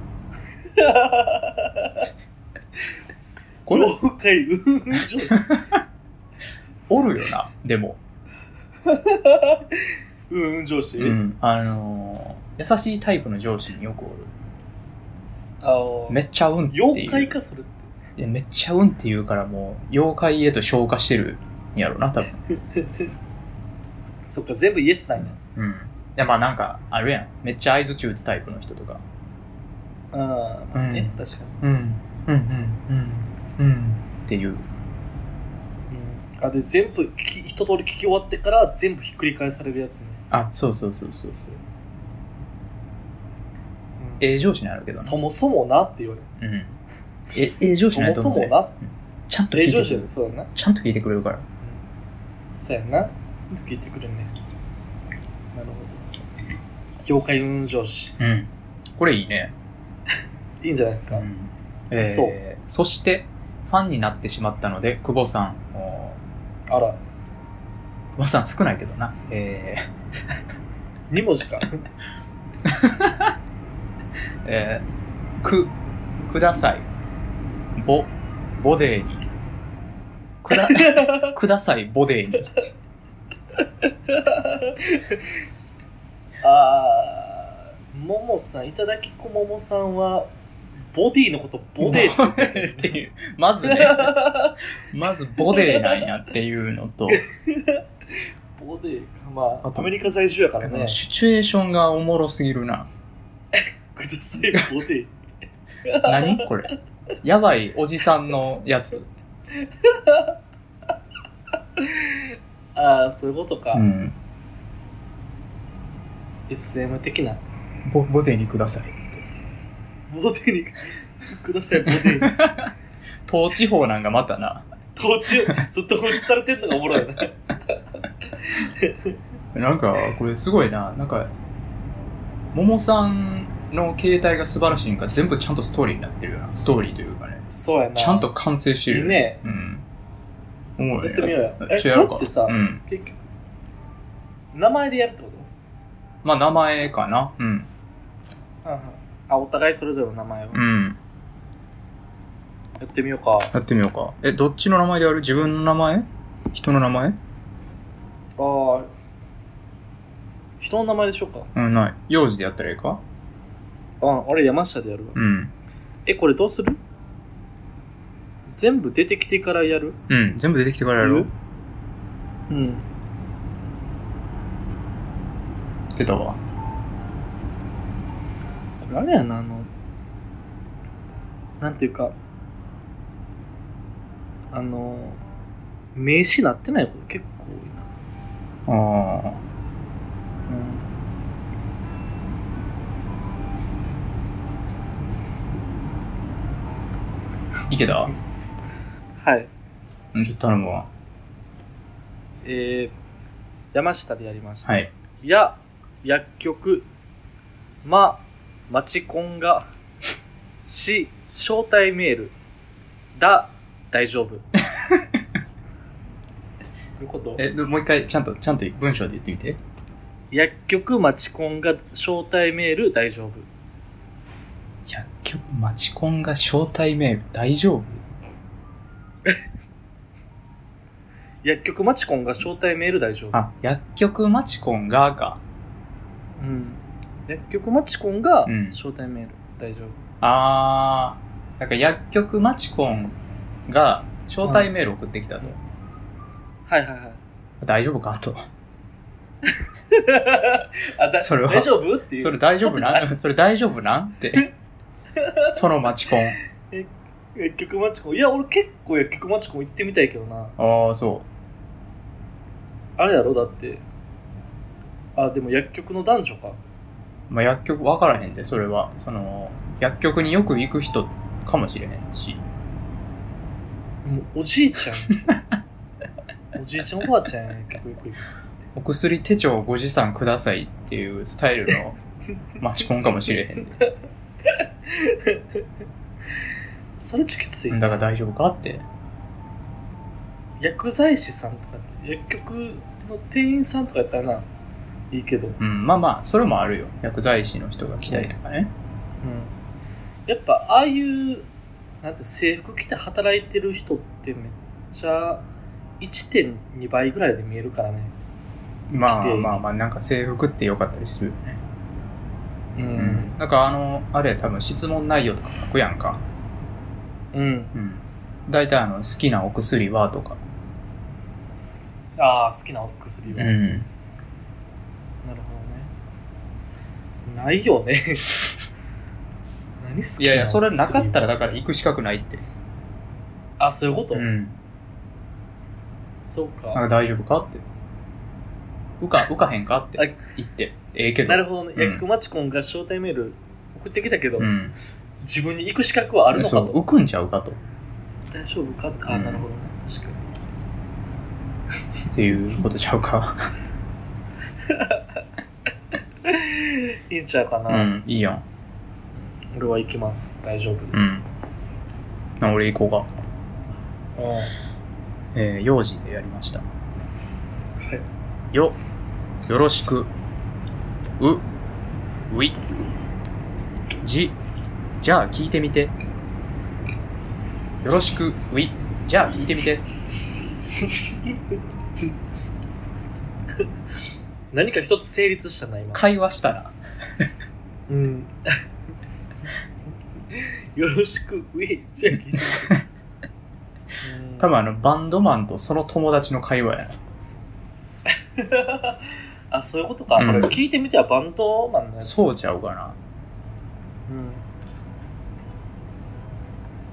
S2: これ、
S1: 妖怪うんうん上司。
S2: おるよな、でも。
S1: うんうん上司。
S2: うん。あのー優しいタイプの上司によくおる。
S1: あの
S2: めっちゃうんっていう。
S1: 妖怪かそれって。
S2: いやめっちゃうんって言うからもう、妖怪へと昇華してるんやろな、多分。
S1: そっか、全部イエスなんや。
S2: うん。で、まあなんか、あるやん。めっちゃ合図中打つタイプの人とか。
S1: ああ、まあ
S2: うん
S1: ね、確かに。
S2: うん。うんうんうん。うん。っていう。
S1: うん、あで全部き一通り聞き終わってから全部ひっくり返されるやつね、
S2: あ、そうそうそうそうそう。
S1: え
S2: ええ上司にあるけどな。
S1: そもそもなって言われる
S2: うん。え、ええ上司
S1: そ
S2: にな
S1: も
S2: いと
S1: そ
S2: 思う
S1: も
S2: で。
S1: な
S2: ちゃんと聞
S1: え
S2: いて
S1: 上
S2: く
S1: 司や
S2: れる
S1: ね。そうだな
S2: ちゃんと聞いてくれるから。
S1: そうやな聞いてくれんねなるほど妖怪運上司
S2: うん。これいいね。
S1: いいんじゃないですか、
S2: うんえー
S1: そう
S2: そして、ファンになってしまったので、久保さん。お
S1: あら
S2: ー久保さん少ないけどな。えー
S1: 2文字か
S2: えーく、ください。ぼ、ボデーに。くだ、ください、ボデーに。
S1: (laughs) あーももさんいただきこももさんはボディのことボディって言
S2: っ
S1: っててる
S2: いう。まずね、まずボデーなんやっていうのと、
S1: ボディかま
S2: あ
S1: あ
S2: と
S1: アメリカ在住やからね
S2: シチュエーションがおもろすぎるな。
S1: くださいボディ
S2: 何これ。やばいおじさんのやつ。
S1: ああそういうことか、
S2: うん。
S1: SM 的な
S2: ボボデーにください。
S1: ボディにくださいボディに
S2: 東地方なんかまたな。
S1: 統治ずっと放置されてんのがおもろいな
S2: なんか、これすごいな。なんか、桃さんの携帯が素晴らしいんか、全部ちゃんとストーリーになってるよな。ストーリーというかね。
S1: そうやな
S2: ちゃんと完成してるよ。
S1: ね
S2: うん。おもろ
S1: や
S2: い
S1: って
S2: な
S1: みようよえ
S2: ちょやろう
S1: これ
S2: か。
S1: ってさ、
S2: うん。
S1: 結局名前でやるってこと
S2: まあ、名前かな。うん。
S1: あお互いそれぞれの名前を
S2: う
S1: や
S2: ん。
S1: ってみようか
S2: やってみようか。え、どっちの名前でやる自分の名前人の名前
S1: ああ人の名前でしょうか
S2: うん、ない。幼児でやったらいいか
S1: あ俺山下でやるわ
S2: うん。
S1: えこれどうする全部出てきてからやる
S2: うん、全部出てきてからやろう。
S1: うん
S2: 出たわ。
S1: これあれやなあのなんていうかあの名詞なってないこと結構多いな
S2: ああ。いけた
S1: はい
S2: うん、ちょっと頼むわ。
S1: えー、山下でやりました、
S2: はい。
S1: や薬局ま町コンがし招待メールだ大丈夫どういうこと
S2: え、でもう一回、ちゃんと、ちゃんと文章で言ってみて。
S1: 薬局町コンが招待メール大丈夫
S2: 薬局マチコンが招待メール大丈夫
S1: 薬局マチコンが招待メール大丈夫。
S2: あ、薬局マチコンがか。
S1: うん。薬局マチコンが
S2: うん
S1: 招待メール大丈夫。
S2: あー、なんか薬局マチコンが招待メール送ってきたと。
S1: はいはいはい。
S2: 大丈夫かと。
S1: あだ
S2: それは
S1: 大丈夫っていう。
S2: それ大丈夫 (laughs) なんそれ大丈夫なん (laughs) って。そのマチコン。
S1: 薬局マチコン。いや、俺結構薬局マチコン行ってみたいけどな。
S2: ああ、そ
S1: あれやろだって。あ、でも薬局の男女か。
S2: う。まあ、薬局分からへんで、それは。その、薬局によく行く人かもしれへんし。
S1: もうおじいちゃん。おじいちゃんおばあちゃんやん結構よく行く。
S2: お薬手帳をご持参くださいっていうスタイルの待ちコンかも (laughs) しれへんね
S1: それちょっときついな。
S2: だから大丈夫かって。
S1: 薬剤師さんとかって、薬局の店員さんとかやったらな、いいけど。うん。
S2: うん、まあまあ、それもあるよ。薬剤師の人が来たりとかね。
S1: やっぱ、ああいう、なんて制服着て働いてる人ってめっちゃ、1.2倍ぐらいで見えるからね。
S2: まあ
S1: 綺麗に
S2: まあまあ、なんか制服って良かったりするよね。
S1: う
S2: う。ん。なんかあの、あれ多分質問内容とか書くやんか。
S1: うん。
S2: うん。大体あの、好きなお薬はとか。
S1: ああ、好きなお薬を。
S2: う
S1: なる
S2: ん。
S1: ほどね。ないよね。 (laughs) 何好きなお薬
S2: いやいや、それなかったら
S1: は
S2: だから行く資格ないって。
S1: あ、そういうこと、
S2: うん。
S1: そう
S2: なんか
S1: か。
S2: 大丈夫かって。うか、うかへんかって
S1: あ
S2: 言って。ええけど。
S1: なるほどね。
S2: うん
S1: 薬局マチコンが招待メール送ってきたけど、
S2: うん。
S1: 自分に行く資格はあるのか
S2: そ
S1: と。
S2: う、浮くんちゃうかと。
S1: 大丈夫かって。あ、
S2: うん
S1: なるほどね。確かに。
S2: っていうことちゃうか。
S1: いいんちゃうかな。
S2: うん、いいやん。
S1: 俺は行きます。大丈夫で
S2: うん
S1: す。。
S2: な俺行こうか。
S1: うん。はい。
S2: えー、幼児でやりました。よ、よろしく。う、うい。じ、じゃあ聞いてみて。よろしく、うい。じゃあ聞いてみて。
S1: 何か一つ成立したな、今。
S2: 会話したら。
S1: うん。 (laughs) よろしく、ウィじ
S2: (laughs)
S1: ゃあ聞いてみてうん
S2: 多分あの、バンドマンとその友達の会話やな。
S1: あ、そういうことか。こ
S2: うん
S1: れ聞いてみてはバンドマンのやつ。
S2: そうちゃうかな。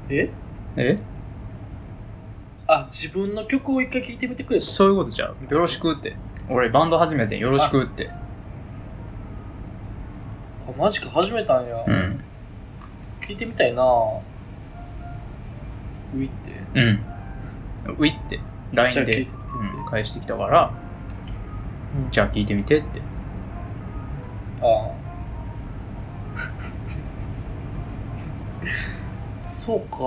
S1: うん。え
S2: え
S1: あ、自分の曲を一回聞いてみてくれと。
S2: そういうことちゃう。よろしくって。俺バンド始めてんよろしくって。
S1: あ、マジか始めたんや。
S2: うん。
S1: 聞いてみたいなウィって。
S2: うん。ういって。
S1: じゃ
S2: LINE
S1: あ聞いてみ
S2: で
S1: て。
S2: うん返してきたから、
S1: うん
S2: じゃあ聞いてみてって。
S1: あ (laughs) あ。そうか。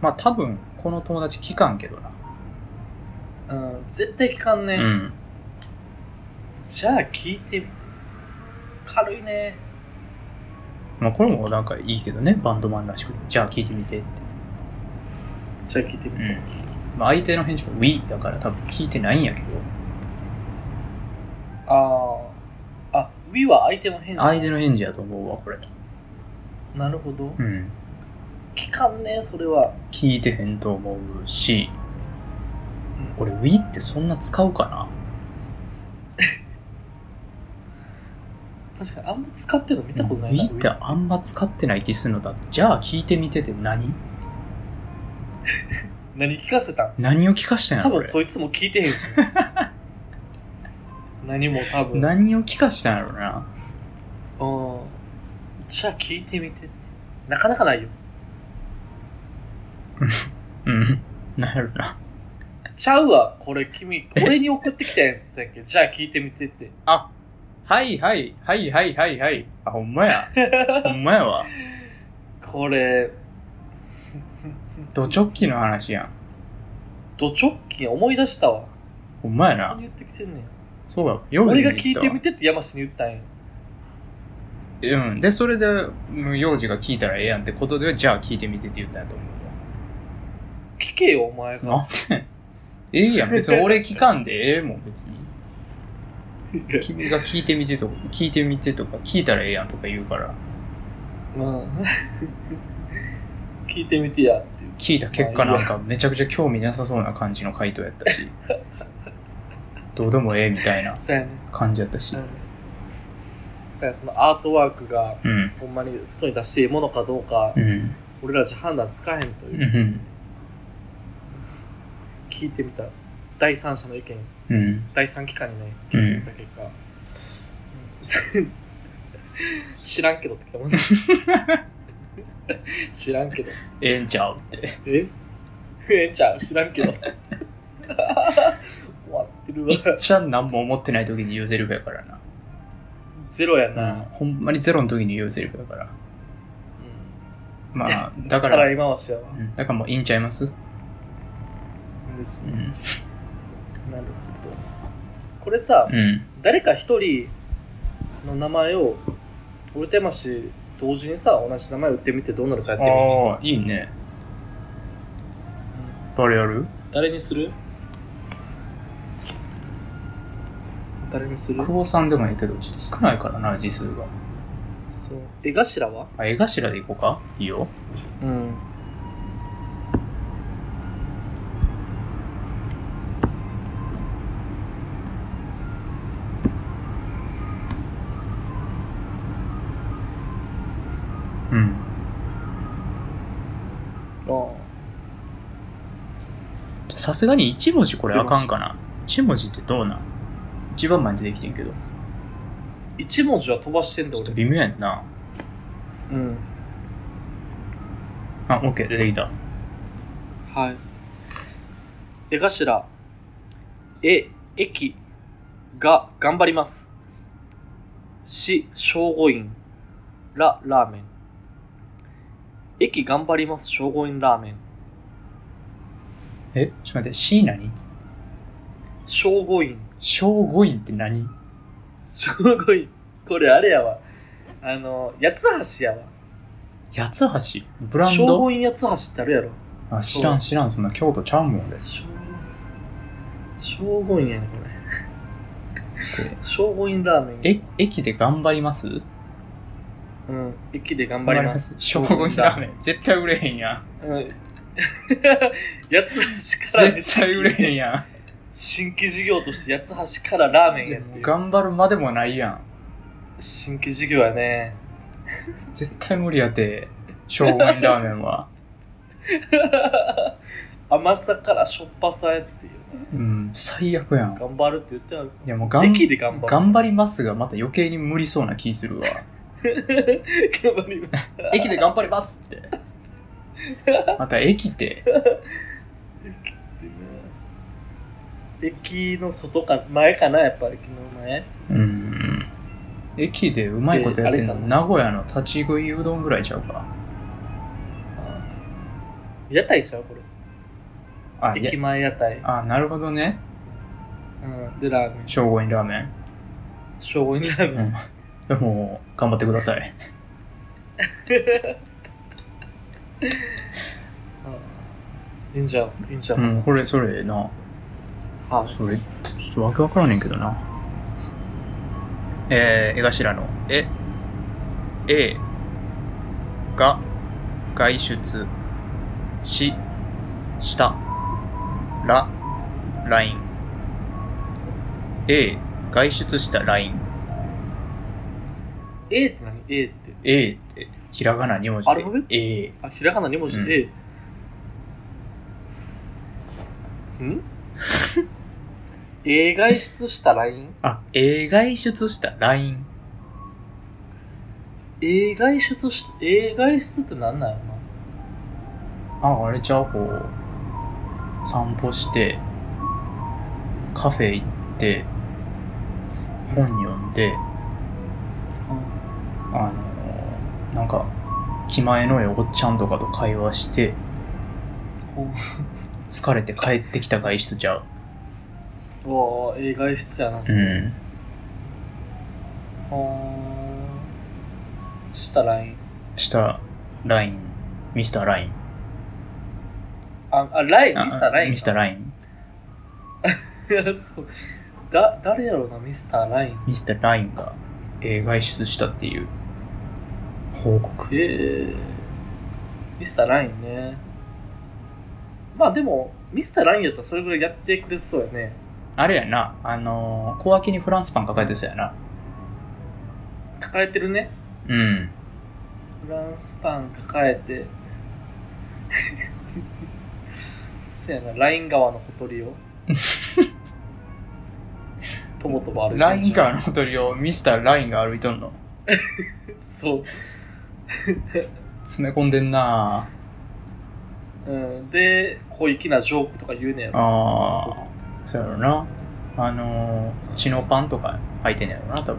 S2: まあ多分、この友達聞かんけどな。
S1: うん、絶対聞かんね、
S2: うん。
S1: じゃあ聞いてみて。軽いね。
S2: まあこれもなんかいいけどね、バンドマンらしくて。じゃあ聞いてみてって。
S1: じゃあ聞いてみ
S2: う
S1: て。
S2: ん。まあ相手の返事が We だから多分聞いてないんやけど、
S1: ああ。あ、We は相手の返事。
S2: 相手の返事やと思うわ、これ。
S1: なるほど。
S2: うん。
S1: 聞かんね、それは。
S2: 聞いてへんと思うし、
S1: うん
S2: 俺 We ってそんな使うかな
S1: 確かにあんま使ってるの見たことない
S2: We
S1: な。
S2: ってあんま使ってない気するのだ。じゃあ聞いてみてって何
S1: We 何聞かせたん
S2: 何を聞かしたんや
S1: 多
S2: ろ
S1: 分
S2: 俺
S1: そいつも聞いてへん
S2: (laughs)
S1: し。何も多分。
S2: 何を聞かしたんやろな。
S1: うん。じゃあ聞いてみてって。なかなかないよ。
S2: うん。 (laughs) なんやろな。
S1: ちゃうわ、これ君、俺に送ってきたやつやっけ。じゃあ聞いてみてって。
S2: あ、はいはい、はいはいはいはい。あ、ほんま (laughs) や。ほんまやわ。
S1: これ、
S2: ド直球の話やん。
S1: ド直近思い出したわ。
S2: ほんまや
S1: 何
S2: な。
S1: 言ってきてんねん。
S2: そうや。幼児
S1: 俺
S2: に
S1: が
S2: 行った
S1: 聞
S2: わ
S1: いてみてって山下に言ったんや。
S2: うん。で、それで、もう幼児が聞いたらええやんってことで、じゃあ聞いてみてって言ったんやと思
S1: 聞けよ、お前
S2: うわ。
S1: が。
S2: なんで (laughs) ええや (laughs) ん。別に俺聞かんでええもん、別に。君が聞いてみてとか、聞いてみてとか、聞いたらええやんとか言うから、
S1: うん。 (laughs) 聞いてみてやっていう。
S2: 聞いた結果
S1: まあ
S2: なんかめちゃくちゃ興味なさそうな感じの回答やった (laughs) し、どうでもええみたいな
S1: そうやね。
S2: 感じやったし
S1: うん。。そうや、そのアートワークが、
S2: うん。
S1: ほんまに外に出していいものかどうか、
S2: うん。
S1: 俺らじゃ判断つかへんというう。
S2: ん。
S1: 聞いてみた。第三者の意見、
S2: うん。
S1: 第三機関にね、聞いてみた結果。 (laughs) うん知らんけどってきたもんね。 (laughs) 知らんけど。
S2: ええんちゃう (laughs) って。
S1: え (laughs) ええんちゃう知らんけど。 (laughs) 終わってるわ (laughs)
S2: い。っちゃん何も思ってない時に言うセリフやからな。
S1: ゼロや
S2: うん
S1: な。、
S2: ほんまにゼロの時に言うセリフやから。
S1: うん。
S2: まあ、だか
S1: たら
S2: ら、
S1: 今はしやわ
S2: う。んだからもういいんちゃいます
S1: です
S2: う
S1: ね。
S2: ん。
S1: なるほど。これさ、
S2: うん。
S1: 誰か一人の名前を、俺と山氏同時にさ、同じ名前打ってみてどうなるかやってみる。
S2: ああ、いいね。
S1: うん
S2: 誰やる
S1: 誰にする誰にする
S2: 久保さんでもいいけど、ちょっと少ないからな、字数が。
S1: そう。絵頭は
S2: あ、絵頭でいこうかいいよ。
S1: うん。
S2: うん。
S1: ああ。
S2: じゃさすがに1文字これあかんかな。1文字ってどうなん一番前に出てきてんけど。ちょ
S1: 一文字は飛ばしてんだ
S2: っと
S1: 俺。
S2: 微妙やんな。
S1: うん。
S2: あ、オッケー出てきた。
S1: はい。絵頭、え、駅が頑張ります。し、正午院、ら、ラーメン。駅頑張ります、正午院ラーメン。
S2: え、ちょっと待って、C 何
S1: 正午 (laughs) 院。
S2: 小五院って何
S1: 正午院。これあれやわ。あの、八つ橋やわ。
S2: 八つ橋ブラン
S1: 正
S2: ド
S1: 午院八つ橋ってあるやろ。
S2: あ、知らん知らん、そんな京都ちゃうもん俺。
S1: 正正午院やね、これ。正午院ラーメン。
S2: え、駅で頑張ります
S1: うん。駅で頑張ります。
S2: 小五院ラーメン。絶対売れへんやん。
S1: うん。八つ橋からね
S2: 絶対売れへんや
S1: 新規事業として八つ橋からラーメンやってい
S2: ん。
S1: う
S2: 頑張るまでもないやん。
S1: 新規事業やね
S2: 絶対無理やて、小五院ラーメンは。
S1: 甘さからしょっぱさへっていうね
S2: うん、最悪やん。
S1: 頑張るって言ってある
S2: いやもう頑
S1: 駅で頑張る
S2: 頑張りますが、また余計に無理そうな気するわ。
S1: (laughs) 頑張ります
S2: (laughs) 駅で頑張りますって。また駅って。
S1: ってね駅の外か前かなやっぱ駅の前
S2: うん。駅でうまいことやってんの、
S1: であれか
S2: 名古屋の立ち食いうどんぐらいちゃうか。
S1: 屋台ちゃうこれ
S2: あ、いや
S1: 駅前屋台、
S2: あ、なるほどね。
S1: うん、でラーメン
S2: 正午にラーメン。
S1: 正午にラーメン
S2: でもう、頑張ってください。
S1: いいんじゃんいいんじゃん、
S2: うん、これ、それな。
S1: あ
S2: それ、ちょっとわけわからんねんけどな。えー、絵頭の、え、A が外出し、した、ら、ライン。A 外出したライン。
S1: A って何 A って
S2: A って、ひらがな2文字で。
S1: アルファベット
S2: ?A。
S1: あ、ひらがな2文字
S2: うん
S1: で、んえ外出した LINE?
S2: あ、A 外出したライン。
S1: え外出し、え外出ってなんなんやろな。
S2: あ、あれちゃうこう、散歩して、カフェ行って、本読んで、あのーなんか、気前のええおっちゃんとかと会話して、
S1: ほう
S2: 疲れて帰ってきた外出ちゃう。
S1: うわぁ、え外出やな。
S2: うん。
S1: ほーした LINE。
S2: した、ライン、ミスターライン。
S1: あ、あ、ライン、
S2: あ
S1: ミスターライン。
S2: ミスターライン。
S1: ライン。いや、 (laughs) そう。だ、誰やろな、ミスターライン。
S2: ミスターラインが、えー外出したっていう、報告。
S1: えー、ミスターラインね。まあでも、ミスターラインやったらそれぐらいやってくれそうやね。
S2: あれやな、あのー小脇にフランスパン抱えてそうやな。
S1: 抱えてるね。
S2: うん。
S1: フランスパン抱えて。 (laughs) そうやな、ライン川のほと
S2: (laughs)
S1: りを。ともとも歩いてんじゃ
S2: ラ
S1: ん
S2: インからのほとりをミスターラインが歩いとんの
S1: そう。
S2: 詰め込んでんな
S1: うん、で、小粋なジョークとか言うねやろ。
S2: ああそうやろなあのーチノパンとか履いてんやろな多分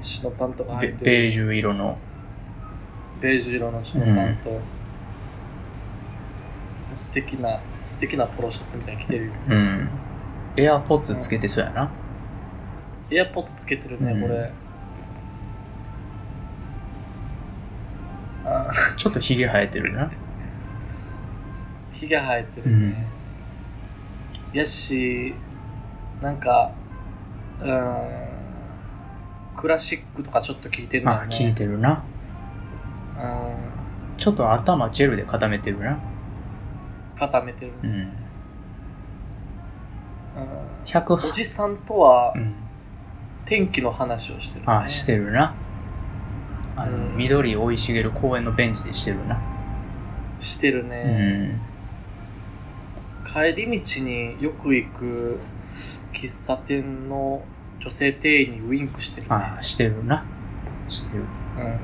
S1: シノパンとか入
S2: ベ
S1: って
S2: ベ
S1: る。
S2: ージュ色の
S1: ベージュ色のシノパンと、素敵な、素敵なポロシャツみたいに着てるよ。
S2: うんエアポッツつけてそうやな
S1: エアポッドつけてるね、
S2: うん
S1: これ。あー、
S2: ちょっとヒゲ生えてるな
S1: ひげ生えてるね。やし、なんか、うーん、クラシックとかちょっと聞いてるね。
S2: あ効いてるな
S1: うん、
S2: ちょっと頭ジェルで固めてるな
S1: 固めてるね
S2: う。
S1: う
S2: ん
S1: んお
S2: 108
S1: じさんとは
S2: うん
S1: 天気の話をしてる、ね。
S2: あしてるなあの、
S1: うん
S2: 緑生い茂る公園のベンチでしてるな
S1: してる
S2: う
S1: ね、
S2: ん
S1: 帰り道によく行く喫茶店の女性店員にウインクしてるね。
S2: あしてるなしてる
S1: うん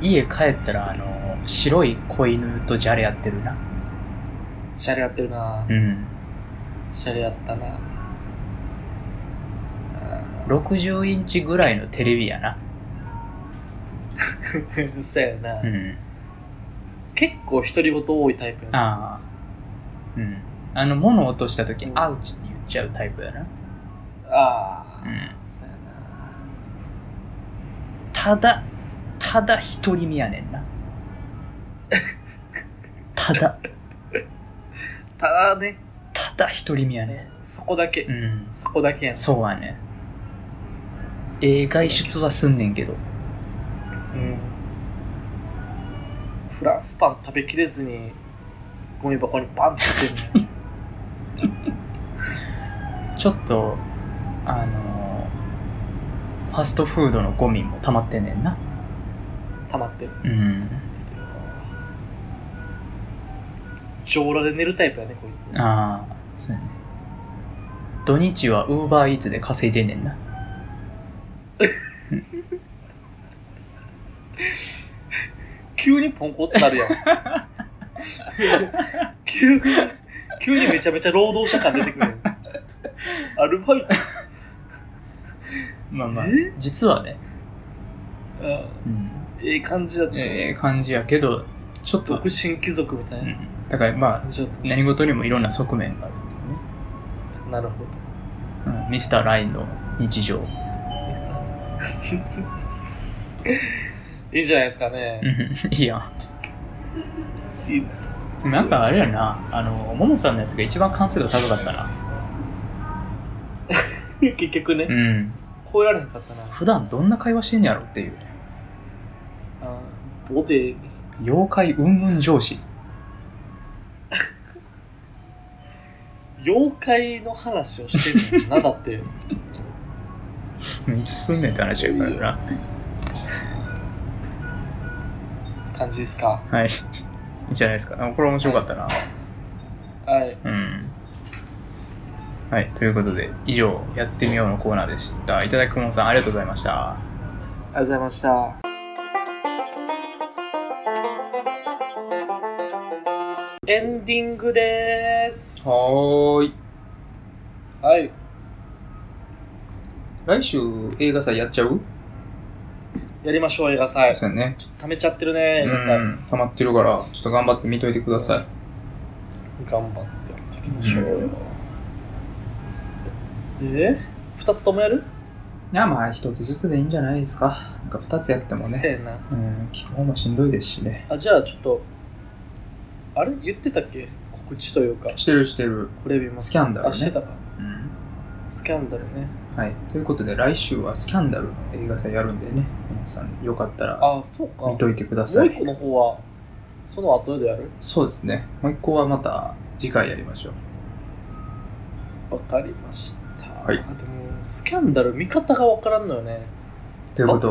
S2: 家帰ったらあの白い子犬とじゃれやってるな
S1: シャレやってるな
S2: うん
S1: シャレやったな (laughs) あ
S2: 60インチぐらいのテレビやな
S1: ーそうやな、
S2: うん
S1: 結構独り言多いタイプやな
S2: あうんあの物落とした時、
S1: うん
S2: アウチって言っちゃうタイプやな
S1: あ
S2: うん
S1: ーそうやな
S2: ただただ独り身やね (laughs) んなただ
S1: ただね
S2: ただ独り身やね
S1: ねそこだけ、
S2: んうん
S1: そこだけやな
S2: そうやねええ外出はすんねんけど
S1: うんフランスパン食べきれずにゴミ箱にバンって捨
S2: (laughs)
S1: てるね
S2: ちょっとあのファストフードのゴミも溜まってんねんな
S1: 溜まってる
S2: うん
S1: 上裸で寝るタイプやねこいつ
S2: ああそうやね土日はウーバーイーツで稼いでんねんな
S1: 急にポンコツなる
S2: (laughs)
S1: やん急に急にめちゃめちゃ労働者感出てくるやんアルバイト
S2: まあ
S1: え
S2: 実はね、
S1: あ
S2: うん、
S1: ええ感じだった、
S2: ええ感じやけどちょっと、
S1: 独身貴族みた
S2: う、
S1: いなん
S2: だからまあ
S1: 感じだった、
S2: 何事にもいろんな側面があるっていうね
S1: なるほど
S2: うんミスターラインの日常。
S1: ミスター (laughs) いいじゃないですかね、
S2: (laughs) いいやん。
S1: いいですね
S2: なんかあれやな、あの、ももさんのやつが一番完成度高かったな。
S1: (laughs) 結局ね、
S2: うん。
S1: 超えられへんかったな
S2: 普段どんな会話してんねやろっていう。
S1: あボデ
S2: 妖怪うんうん上司。
S1: 妖怪の話をしてるのなんだって
S2: いつすんねんって話やからな。
S1: 感じです
S2: (laughs)
S1: か
S2: はい。いいじゃないですか。あこれ面白かったな。
S1: はい
S2: うん。はい。ということで、以上、やってみようのコーナーでした。いただきももさん、ありがとうございました。
S1: ありがとうございましたエンディングでーす
S2: ーい。
S1: はい
S2: 来週、映画祭やっちゃう
S1: やりましょう映画祭
S2: そうやね。
S1: ちょっと溜めちゃってるね映画
S2: う
S1: 祭
S2: ん。溜まってるから、ちょっと頑張って見といてください。
S1: 頑張ってやっていきましょうよ、え二つともやる、
S2: いやまあ一つずつでいいんじゃないですか。なんか二つやっても
S1: せ
S2: ね、
S1: えな
S2: うん、基本もしんどいですしね。
S1: あじゃあちょっとあれ言ってたっけ告知というか
S2: してるしてる。
S1: これ見ます
S2: スキャンダルね
S1: あしてたか
S2: うん。
S1: スキャンダルね
S2: はい。ということで来週はスキャンダルの映画祭やるんでね、皆さんよかったら
S1: あそうか
S2: 見といてくだ
S1: も
S2: さ
S1: う一
S2: い
S1: 個。の方はその後でやる
S2: そうですね。もう一個はまた次回やりましょう。
S1: わかりました、
S2: はい
S1: でもスキャンダル見方がわからんのよね
S2: ということ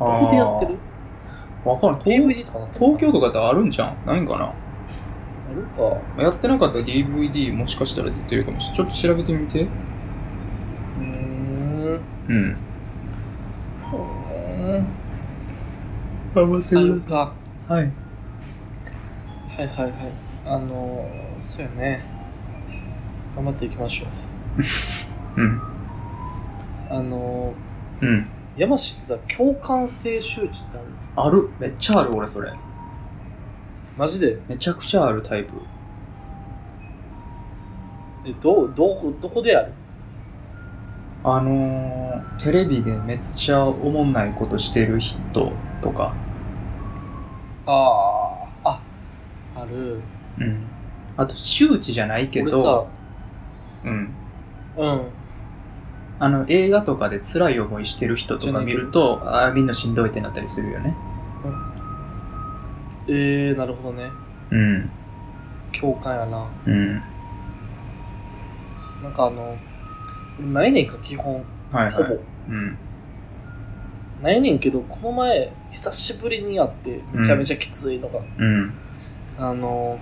S1: あ
S2: を。
S1: どこでやってる
S2: あーわかる。東
S1: DVD とかなってる
S2: 東京とかってあるんじゃんないんかな
S1: あるか
S2: やってなかったら DVD もしかしたら出てるかもしれない。ちょっと調べてみて。
S1: うーん
S2: うん。
S1: ふーん
S2: 頑張って
S1: さよ
S2: く
S1: か。
S2: ださい。はい。
S1: はいはいはい。あのー、そうやね。頑張っていきましょう。
S2: うん。
S1: あの
S2: うん。
S1: ー、山氏ってさ、共感性周知ってある
S2: ある。めっちゃある、俺、それ。
S1: マジで、
S2: めちゃくちゃあるタイプ。
S1: え、どう、どこ、どこである
S2: あのー、テレビでめっちゃおもんないことしてる人とか。
S1: ああ、あ、ある。
S2: うん。あと、周知じゃないけ
S1: 俺
S2: ど
S1: さ、、
S2: うん。
S1: うん。
S2: あの、映画とかで辛い思いしてる人とか見ると、ああー、みんなしんどいってなったりするよね。
S1: えー、なるほどね。
S2: うん。
S1: 共感やな。
S2: うん。
S1: なんかあの、俺ないねんか、基本。
S2: はい
S1: ほ
S2: は
S1: ぼ
S2: い。。うん。
S1: ないねんけど、この前、久しぶりに会って、めちゃめちゃきついのが。
S2: うん。
S1: あの、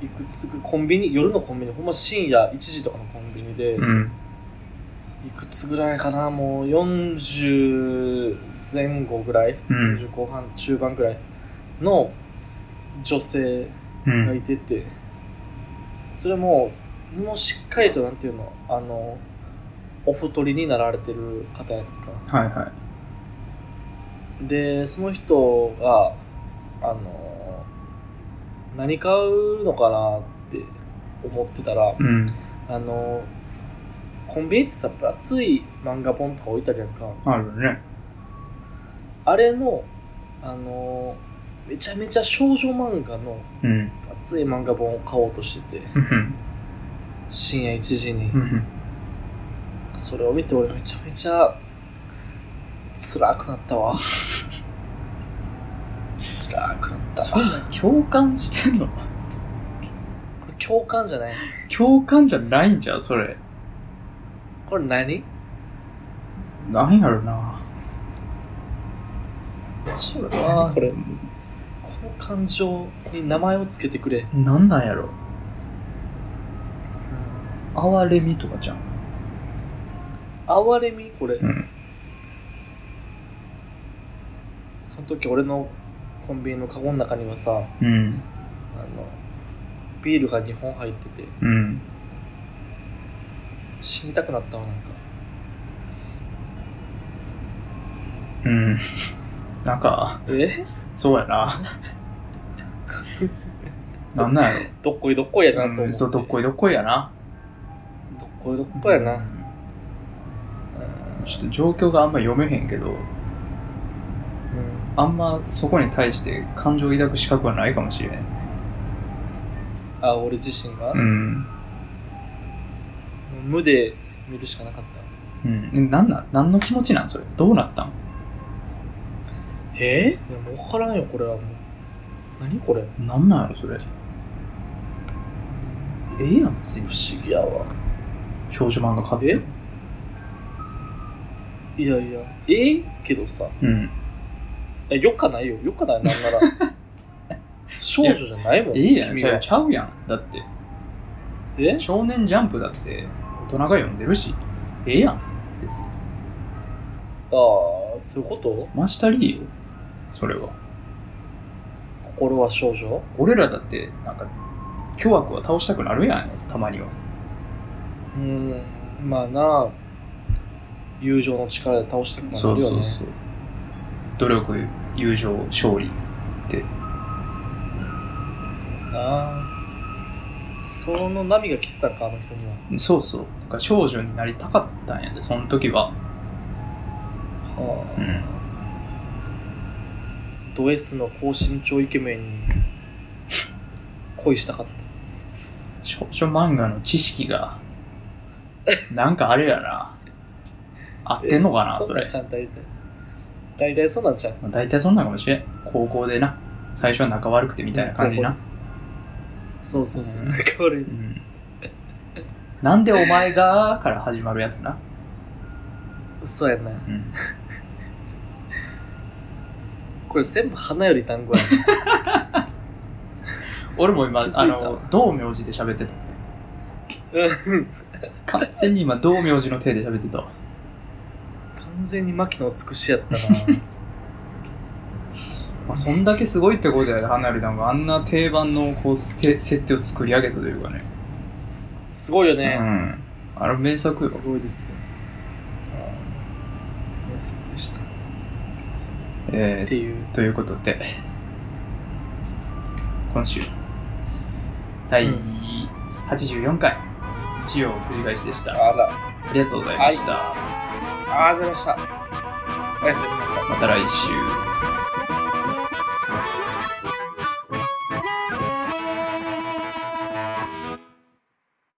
S1: いくつかコンビニ、夜のコンビニ、ほんま深夜1時とかのコンビニで、
S2: うん。
S1: いくつぐらいかな、もう40前後ぐらい、
S2: うん。
S1: 40後半、中盤ぐらいの女性
S2: う
S1: がい
S2: ん。
S1: てて、それも、もうしっかりと、なんていうの、あの、お太りになられてる方やんか。
S2: はいは
S1: でその人があの何買うのかなって思ってたら
S2: い。うん。
S1: あのコンビニってさ分厚い漫画本とか置いてあるやんか
S2: あるね。
S1: あれのあのめちゃめちゃ少女漫画の
S2: うん。
S1: 分厚い漫画本を買おうとしてて
S2: うん。
S1: 深夜1時に
S2: うん。
S1: それを見て俺めちゃめちゃ辛くなった
S2: (laughs)
S1: わ辛くなった
S2: そんな共感してんの
S1: これ共感じゃない
S2: 共感じゃないんじゃんそれ
S1: これ何
S2: なんやろなそれは
S1: これこの感情に名前をつけてくれ、
S2: なんなんやろ哀れみとかじゃん
S1: 哀れみこれ、
S2: うん
S1: その時俺のコンビニのカゴの中にはさあ
S2: うん
S1: のビールが2本入ってて
S2: うん
S1: 死にたくなったわなんか
S2: うんなんか
S1: え
S2: そうやななんなんや
S1: どっこいどっこいやなと
S2: ろ
S1: 思って、
S2: うんそうどっこいどっこいやな
S1: どっこいどっこいやな、うん
S2: ちょっと状況があんま読めへんけどあんまそこに対して感情を抱く資格はないかもしれん
S1: あ俺自身が、
S2: うん
S1: 無で見るしかなかった
S2: うん、なんなん何の気持ちなんそれどうなったん
S1: えいやもう分からんよこれはもう何これ
S2: なんなんやろそれええやん別に
S1: 不思議やわ
S2: 少女漫画買っても
S1: いやいやええけどさ
S2: うん
S1: いやよかないよよかないなんなら
S2: (laughs)
S1: 少女じゃないもん
S2: ええやん
S1: 君
S2: ちゃ
S1: は
S2: うちゃうやんだって
S1: え
S2: 少年ジャンプだって大人が読んでるしええやん別に
S1: ああそういうこと
S2: マシタリーよそれは
S1: 心は少女
S2: 俺らだってなんか巨悪は倒したくなるやんたまには
S1: うーんまあな友情の力で倒したくなるよね
S2: う努力友情勝利
S1: なあその波が来てたかあの人には
S2: そうそうだから少女になりたかったんやでその時は
S1: は
S2: う
S1: あ、
S2: ん
S1: ド S の高身長イケメンに恋したかった
S2: 少女漫画の知識が、なんかあれや (laughs) な。合ってんのかな、
S1: え
S2: そ
S1: んなん
S2: れ
S1: ち。ゃん大体大体そうなんちゃん
S2: まあ大体そんなんかもしれん。高校でな、最初は仲悪くてみたいな感じな。
S1: そうそうそううん仲悪い
S2: うん。なんでお前がから始まるやつな。
S1: そうやな
S2: うん。
S1: これ全部花より団子やな
S2: 俺も今
S1: 気づい、た
S2: あの、道明寺で喋ってた。
S1: うん
S2: 完全に今、道明寺の
S1: (laughs)
S2: 手で喋ってたわ。
S1: 完全に牧野を尽くしやったな
S2: まあ、そんだけすごいってことやで、花より団子。あんな定番のこうステ設定を作り上げたというかね。
S1: すごいよ
S2: う
S1: ね。
S2: ん。あれ名作よ
S1: す。ごいですよ。うん名作でした。っ
S2: え
S1: ていう。
S2: ー、ということで、今週、第
S1: う
S2: 84回、日曜繰り返しでし
S1: あ
S2: た。
S1: ら、
S2: ありがとうございました。
S1: ありがとうございました。おやすみなさい。
S2: また来週。